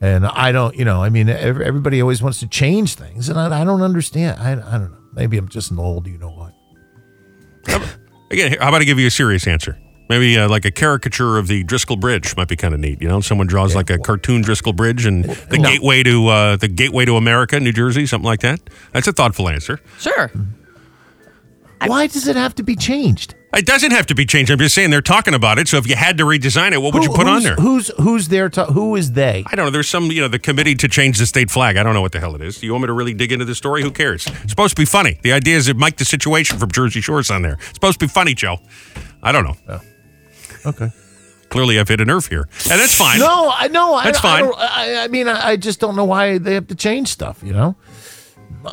And I don't, you know, I mean, ev- everybody always wants to change things, and I, I don't understand. I, I don't know. Maybe I'm just an old, you know what?
Again, here- how about I give you a serious answer? Maybe uh, like a caricature of the Driscoll Bridge might be kind of neat. You know, someone draws like a cartoon Driscoll Bridge and the
No.
gateway to uh, the gateway to America, New Jersey, something like that. That's a thoughtful answer.
Sure.
Why does it have to be changed?
It doesn't have to be changed. I'm just saying they're talking about it. So if you had to redesign it, what would
Who-
you put on
who's-
there?
Who's who's there? To, who is they?
I don't know. There's some, you know, the committee to change the state flag. I don't know what the hell it is. Do you want me to really dig into the story? Who cares? It's supposed to be funny. The idea is that Mike the Situation from Jersey Shore's on there. It's supposed to be funny, Joe. I don't know.
Okay.
Clearly, I've hit a nerve here, and that's fine.
No, I no.
That's
I,
fine.
I, don't- I, I mean, I, I just don't know why they have to change stuff. You know.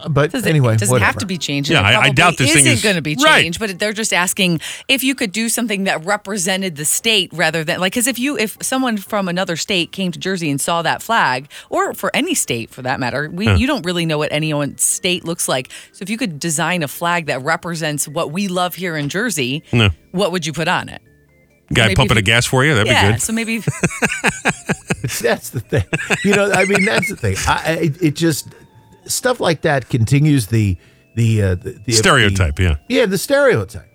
But
Does
anyway,
it doesn't
whatever.
have to be changed. and
Yeah,
it
I- I
probably
doubt this thing
isn't
is-
going to be
Right.
changed. But they're just asking if you could do something that represented the state rather than like because if you if someone from another state came to Jersey and saw that flag, or for any state for that matter, we
Yeah.
you don't really know what any one state looks like. So if you could design a flag that represents what we love here in Jersey,
No.
what would you put on it?
Guy
Maybe
pumping
if
a gas for you? That'd
yeah,
be good.
so
<laughs>
maybe
<laughs> that's the thing. You know, I mean, that's the thing. I, I it- it just stuff like that continues the the uh, the, the
Stereotype, yeah.
yeah, the stereotype.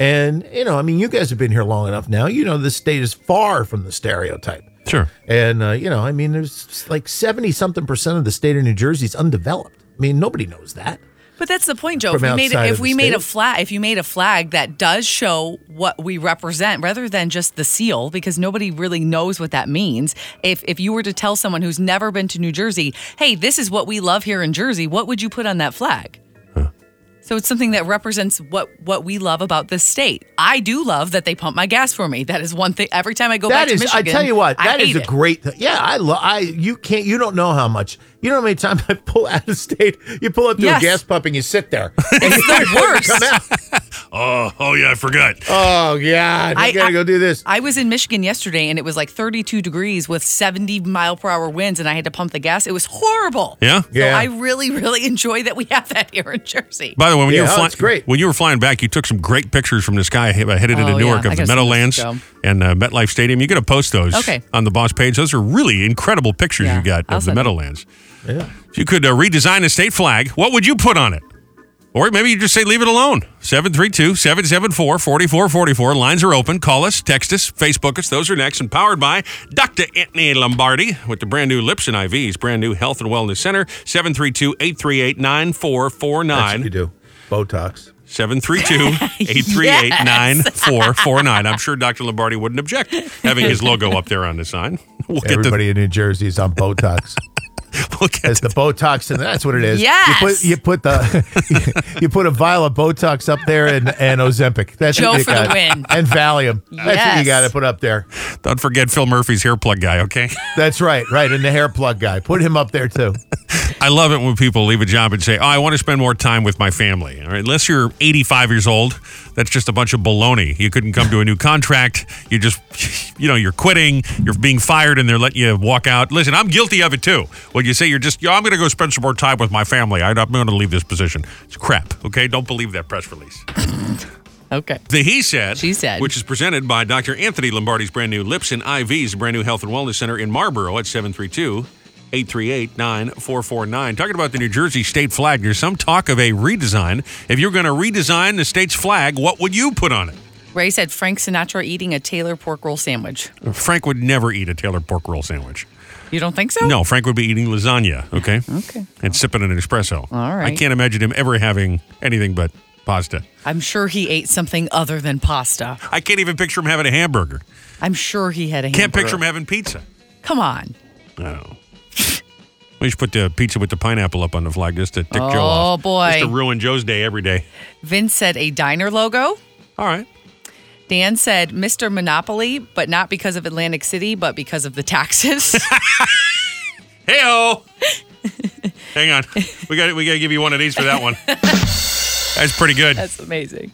And you know, I mean, you guys have been here long enough now. You know, this state is far from the stereotype.
Sure.
And uh, you know, I mean, there's like seventy something percent of the state of New Jersey is undeveloped. I mean, nobody knows that.
But that's the point, Joe. If
From
we made
outside of
if
the
we made a
state?
flag, if you made a flag that does show what we represent, rather than just the seal, because nobody really knows what that means. If if you were to tell someone who's never been to New Jersey, hey, this is what we love here in Jersey, what would you put on that flag? So it's something that represents what what we love about this state. I do love that they pump my gas for me. That is one thing. Every time I go
That
back
is,
to Michigan,
I tell you what,
I
that is
hate
a
it.
great. Th- yeah, I love. I you can't. You don't know how much. You know how many times <laughs> I pull out of state. You pull up to
Yes.
a gas pump and you sit there. <laughs>
Oh, oh yeah, I forgot.
Oh God, I, gotta go do this.
I was in Michigan yesterday and it was like 32 degrees with 70 mile per hour winds, and I had to pump the gas. It was horrible.
Yeah?
So
Yeah.
I really, really <laughs> enjoy that we have that here in Jersey.
By the way, when you were flying,
it's
when you were flying back, you took some great pictures from the sky he- uh, headed
Oh,
into
yeah.
Newark
I
of the
gotta send those to
Meadowlands
Joe.
and uh, MetLife Stadium. You're gonna post those
Okay.
on the boss page. Those are really incredible pictures
Yeah,
you got
I'll
of the
send them.
Meadowlands.
Yeah.
If you could uh, redesign a state flag, what would you put on it? Or maybe you just say leave it alone. 732 774 4444. Lines are open. Call us, text us, Facebook us. Those are next. And powered by Dr. Anthony Lombardi with the brand new Lips and IVs, brand new Health and Wellness Center. 732 838 9449.
you do. Botox.
732-838-9449. I'm sure Dr. Lombardi wouldn't object having his logo up there on the sign. <laughs> We'll get to
Everybody in New Jersey is on Botox.
it's
the Botox, and that's what it is.
Yes.
You put you put the <laughs> you put a vial of Botox up there and, and Ozempic. That's
Joe
what you
for the
got.
win.
And Valium. That's what you
Yes.
got to put up there.
Don't forget Phil Murphy's hair plug guy, okay?
That's right, right, and the hair plug guy. Put him up there too.
I love it when people leave a job and say, "Oh, I want to spend more time with my family." All right, unless you're 85 years old, that's just a bunch of baloney. You couldn't come to a new contract. You just, you know, you're quitting. You're being fired, and they're letting you walk out. Listen, I'm guilty of it too. When you say you're just, "Yeah, I'm going to go spend some more time with my family. I- I'm going to leave this position," it's crap. Okay, don't believe that press release.
Okay.
The He Said,
She Said,
which is presented by Dr. Anthony Lombardi's brand new Lips and IVs, brand new health and wellness center in Marlboro at 732 838 9449. Talking about the New Jersey state flag, there's some talk of a redesign. If you're going to redesign the state's flag, what would you put on it?
Ray said Frank Sinatra eating a Taylor pork roll sandwich.
Frank would never eat a Taylor pork roll sandwich.
You don't think so?
No, Frank would be eating lasagna, okay? Okay. And sipping an espresso.
Mm-hmm. All right.
I can't imagine him ever having anything but pasta.
I'm sure he ate something other than pasta.
I can't even picture him having a hamburger.
I'm sure he had a
Can't
hamburger.
picture him having pizza.
Come on.
I don't know. Oh. <laughs> We should put the pizza with the pineapple up on the flag just to tick Joe
Oh,
off.
boy.
Just to ruin Joe's day every day.
Vince said a diner logo.
All right.
Dan said Mr. Monopoly, but not <laughs> because of Atlantic City, but because of the taxes.
Heyo. Hang on. We got we got to give you one of these for that one. That's pretty good.
<laughs> That's amazing.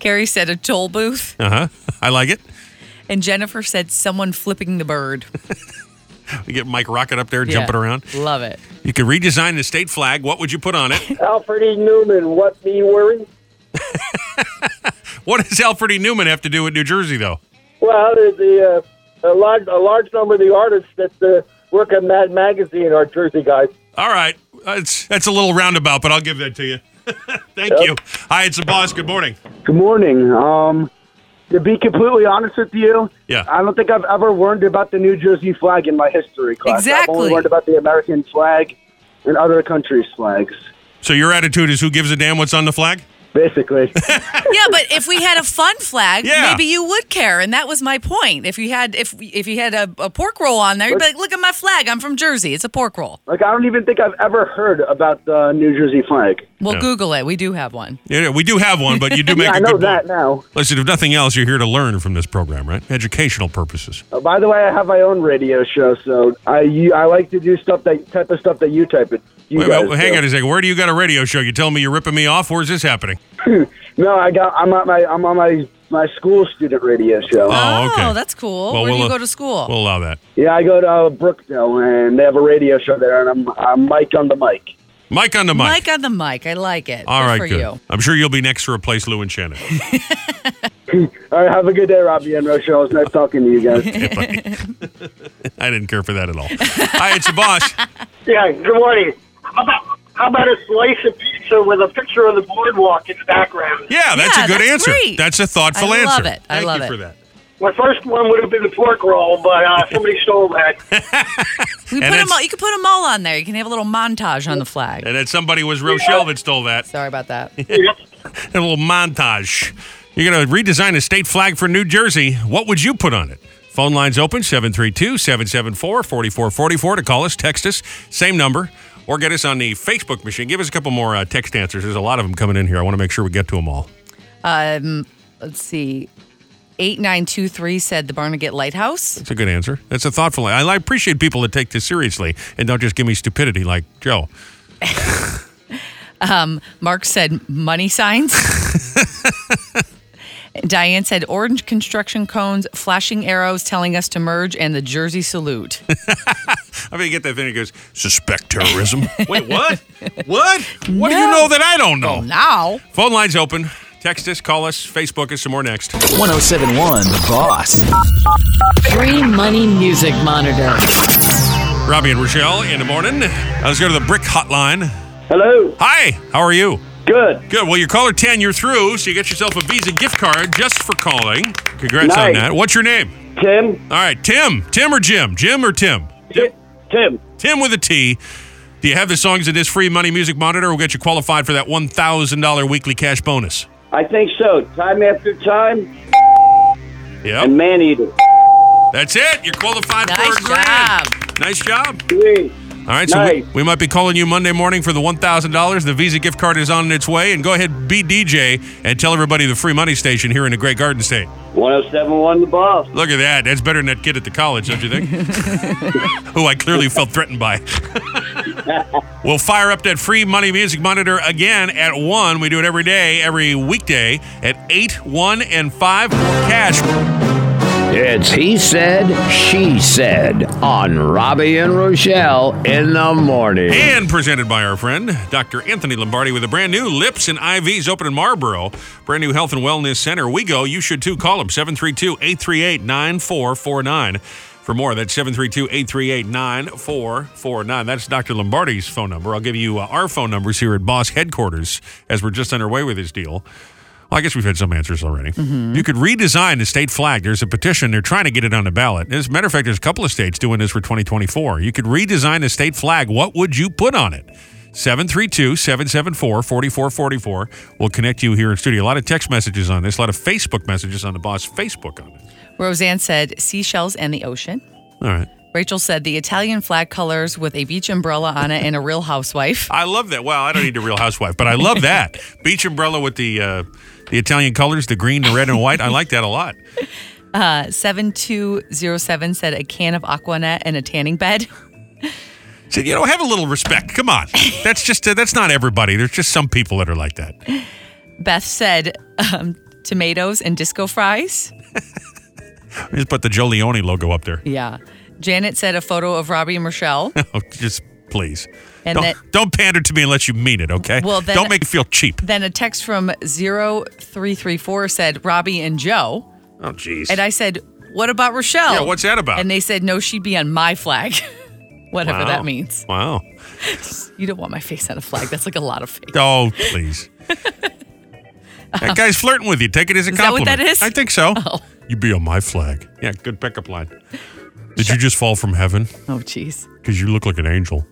Carrie said a toll booth,
Uh huh. I like it.
and Jennifer said someone flipping the bird.
We get Mike Rocket up there <laughs> jumping
Yeah.
around.
Love it.
You could redesign the state flag. What would you put on
<laughs>
it?
Alfred E. Newman, what me worry?
What does Alfred E. Newman have to do with New Jersey, though?
Well, the, the uh, a large a large number of the artists that uh, work at Mad Magazine are Jersey guys.
All right. That's, that's a little roundabout, but I'll give that to you. <laughs> Thank you. Hi, it's the boss. Good morning.
Good morning. Um, to be completely honest with you,
Yeah.
I don't think I've ever learned about the New Jersey flag in my history class. I've
Exactly.
only learned about the American flag and other countries' flags.
So your attitude is who gives a damn what's on the flag?
Basically.
yeah, but if we had a fun flag,
Yeah.
maybe you would care, and that was my point. If you had if if you had a, a pork roll on there, you'd be like, "Look at my flag. I'm from Jersey. It's a pork roll."
Like, I don't even think I've ever heard about the New Jersey flag.
Well,
Yeah.
Google it. We do have one.
Yeah, we do have one, but you do
<laughs>
make
yeah,
a
I know
good
that
point.
now.
Listen, if nothing else, you're here to learn from this program, right? Educational purposes.
Uh, by the way, I have my own radio show, so I you, I like to do stuff that type of stuff that you type it. You
Wait,
guys
wait, hang
do.
on a second. Where do you got a radio show? You telling me you're ripping me off? Where's this happening?
<laughs> No, I got. I'm on my. I'm on my my school student radio show.
Oh, okay.
Oh, that's cool.
Well,
Where do
we'll,
you
uh,
go to school?
We'll allow that.
Yeah, I go to uh, Brookdale, and they have a radio show there, and I'm, I'm Mike on the mic.
Mike on the mic.
Mike on the mic. I like it.
All
good
right,
for
good.
you.
I'm sure you'll be next to replace Lou and
<laughs>
Shannon.
All right, have a good day, Robbie and Rochelle. It's nice talking to you guys.
I didn't care for that
<laughs>
at all. Hi, it's the boss.
Yeah, good morning. How about, how about a slice of pizza with a picture of the boardwalk in the background?
Yeah, that's a good answer. That's a thoughtful
I
answer.
love it. I
Thank
love
you
it.
for that.
My first one would have been the pork roll, but uh, somebody stole that.
We
And
put 'em
it's-
all, you can put them all on there. You can have a little montage on
<laughs>
the flag.
And that somebody was Rochelle that stole that.
Sorry about that.
a little montage. You're going to redesign a state flag for New Jersey. What would you put on it? Phone lines open 732 774 4444 to call us, text us, same number, or get us on the Facebook machine. Give us a couple more uh, text answers. There's a lot of them coming in here. I want to make sure we get to them all.
Um, let's see. 8923 said the Barnegat Lighthouse.
That's a good answer. That's a thoughtful I I appreciate people that take this seriously and don't just give me stupidity like Joe.
Um, Mark said money signs. Diane said orange construction cones, flashing arrows telling us to merge, and the Jersey salute.
I mean, you get that thing that goes, suspect terrorism. <laughs> Wait, what? What? What do you know that I don't know?
now.
Phone lines open. Text us, call us, Facebook us, some more next.
1071 The Boss. Free Money Music Monitor.
Robbie and Rochelle in the morning. Now Let's go to the Brick Hotline.
Hello.
Hi. How are you?
Good.
Good. Well, you're caller 10. You're through, so you get yourself a Visa gift card just for calling. Congrats on
Nice.
that. What's your name?
Tim.
All right. Tim. Tim or Jim? Jim or Tim? Tim.
Tim.
Tim with a T. Do you have the songs in this free money music monitor? We'll get you qualified for that $1,000 weekly cash bonus.
I think so. Time after time.
Yeah.
And man eater.
That's it. You're qualified for a grand. Nice job. All right, so we, we might be calling you Monday morning for the $1,000. The Visa gift card is on its way. And go ahead, be DJ, and tell everybody the free money station here in the Great Garden State.
1071 The Boss.
Look at that. That's better than that kid at the college, don't you think? Who I clearly felt threatened by. we'll fire up that free money music monitor again at 1. We do it every day, every weekday at 8, 1, and 5. More cash.
It's He Said, She Said on Robbie and Rochelle in the morning.
And presented by our friend, Dr. Anthony Lombardi, with a brand new Lips and IVs open in Marlboro. Brand new Health and Wellness Center. We go. You should too. Call them 732 838 9449. For more, that's 732 838 9449. That's Dr. Lombardi's phone number. I'll give you uh, our phone numbers here at Boss Headquarters as we're just underway with this deal. Well, I guess we've had some answers already. You could redesign the state flag. There's a petition. They're trying to get it on the ballot. As a matter of fact, there's a couple of states doing this for 2024. You could redesign the state flag. What would you put on it? 732 774 4444. We'll connect you here in studio. A lot of text messages on this, a lot of Facebook messages on the boss Facebook on it.
Roseanne said seashells and the ocean.
All right.
Rachel said the Italian flag colors with a beach umbrella on it and a real housewife.
I love that. Well, I don't need a real housewife, but I love that. Beach umbrella with the, uh, the Italian colors, the green, the red, and white. I like that a lot.
Uh, 7207 said a can of Aquanet and a tanning bed.
Said, you know, have a little respect. Come
<laughs>
on. That's just, uh, that's not everybody. There's just some people that are like that.
Beth said um, tomatoes and disco fries.
Just put the Joe Leone logo up there. <laughs>
Yeah. Janet said a photo of Robbie and Rochelle.
Oh, just please.
And
don't,
that-
don't pander to me unless you mean it, okay?
Well, then-
don't make me feel cheap.
Then a text from 0334 said Robbie and Joe.
Oh, jeez.
And I said, What about Rochelle?
Yeah, what's that about?
And they said, No, she'd be on my flag. <laughs> Whatever
Wow.
that means.
Wow.
You don't want my face on a flag. That's like a lot of face.
Oh,
<laughs>
please. that guy's flirting with you. Take it as a
Is that what
compliment.
that is? Oh.
I think so. You'd be on my flag. Yeah, good pickup line. Did you just fall from heaven?
Oh, jeez.
Because you look like an angel.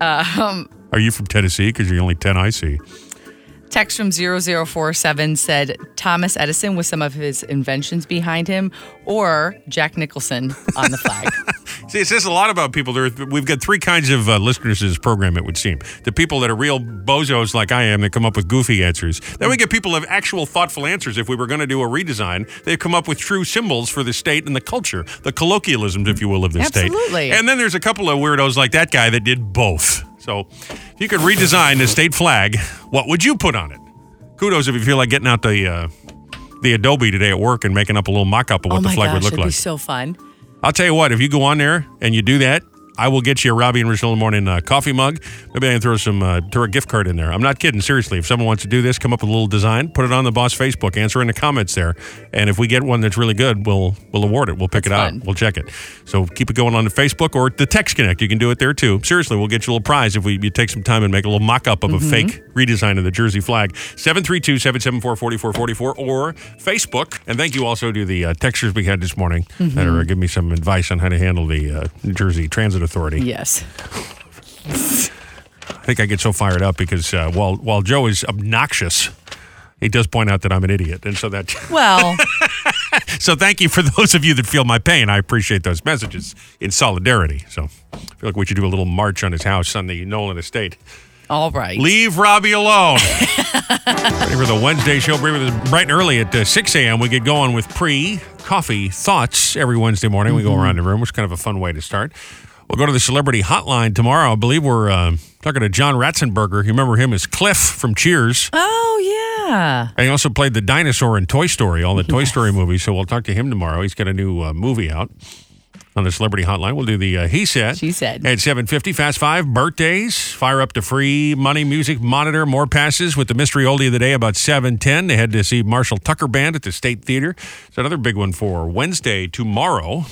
Um,
Are you from Tennessee? Because you're the only 10 I see.
text from 0047 said Thomas Edison with some of his inventions behind him or Jack Nicholson on the
<laughs>
flag.
See, it says a lot about people. There, we've got three kinds of uh, listeners to this program. It would seem the people that are real bozos like I am that come up with goofy answers. Then we get people that have actual thoughtful answers. If we were going to do a redesign, they come up with true symbols for the state and the culture, the colloquialisms, if you will, of the state.
Absolutely.
And then there's a couple of weirdos like that guy that did both. So, if you could redesign the state flag, what would you put on it? Kudos if you feel like getting out the uh, the Adobe today at work and making up a little mock-up of what
oh
the
my
flag
gosh,
would look
it'd be
like.
so fun.
I'll tell you what, if you go on there and you do that, I will get you a Robbie and Rochelle in the morning uh, coffee mug. Maybe I can throw some uh, throw a gift card in there. I'm not kidding. Seriously, if someone wants to do this, come up with a little design, put it on the boss Facebook, answer in the comments there, and if we get one that's really good, we'll we'll award it. We'll pick it out. We'll check it. So keep it going on the Facebook or the Text Connect. You can do it there too. Seriously, we'll get you a little prize if we you take some time and make a little mock up of a
Mhm.
fake redesign of the Jersey flag. 732-774-4444 or Facebook. And thank you also to the uh, textures we had this morning that
Mhm.
are uh, giving me some advice on how to handle the uh, New Jersey Transit Authority.
Yes.
I think I get so fired up because uh, while while Joe is obnoxious, he does point out that I'm an idiot, and so that
Well,
<laughs> so thank you for <laughs> those of you that feel my pain. I appreciate those messages in solidarity. So I feel like we should do a little march on his house on the Nolan estate.
all right.
Leave Robbie alone. Ready for the Wednesday show. Bring it bright and early at uh, 6 a.m. We get going with pre coffee thoughts every Wednesday morning. We go around the room, which is kind of a fun way to start. We'll go to the celebrity hotline tomorrow. I believe we're uh, talking to John Ratzenberger. You remember him as Cliff from Cheers.
Oh, yeah.
And he also played the dinosaur in Toy Story, all the Toy Story movies. So we'll talk to him tomorrow. He's got a new uh, movie out on the Celebrity Hotline. We'll do the uh, He Said. She Said. At 7.50, Fast Five, birthdays. Fire up the free money music monitor. More passes with the Mystery Oldie of the Day about 7.10. They had to see Marshall Tucker Band at the State Theater. It's another big one for Wednesday, tomorrow.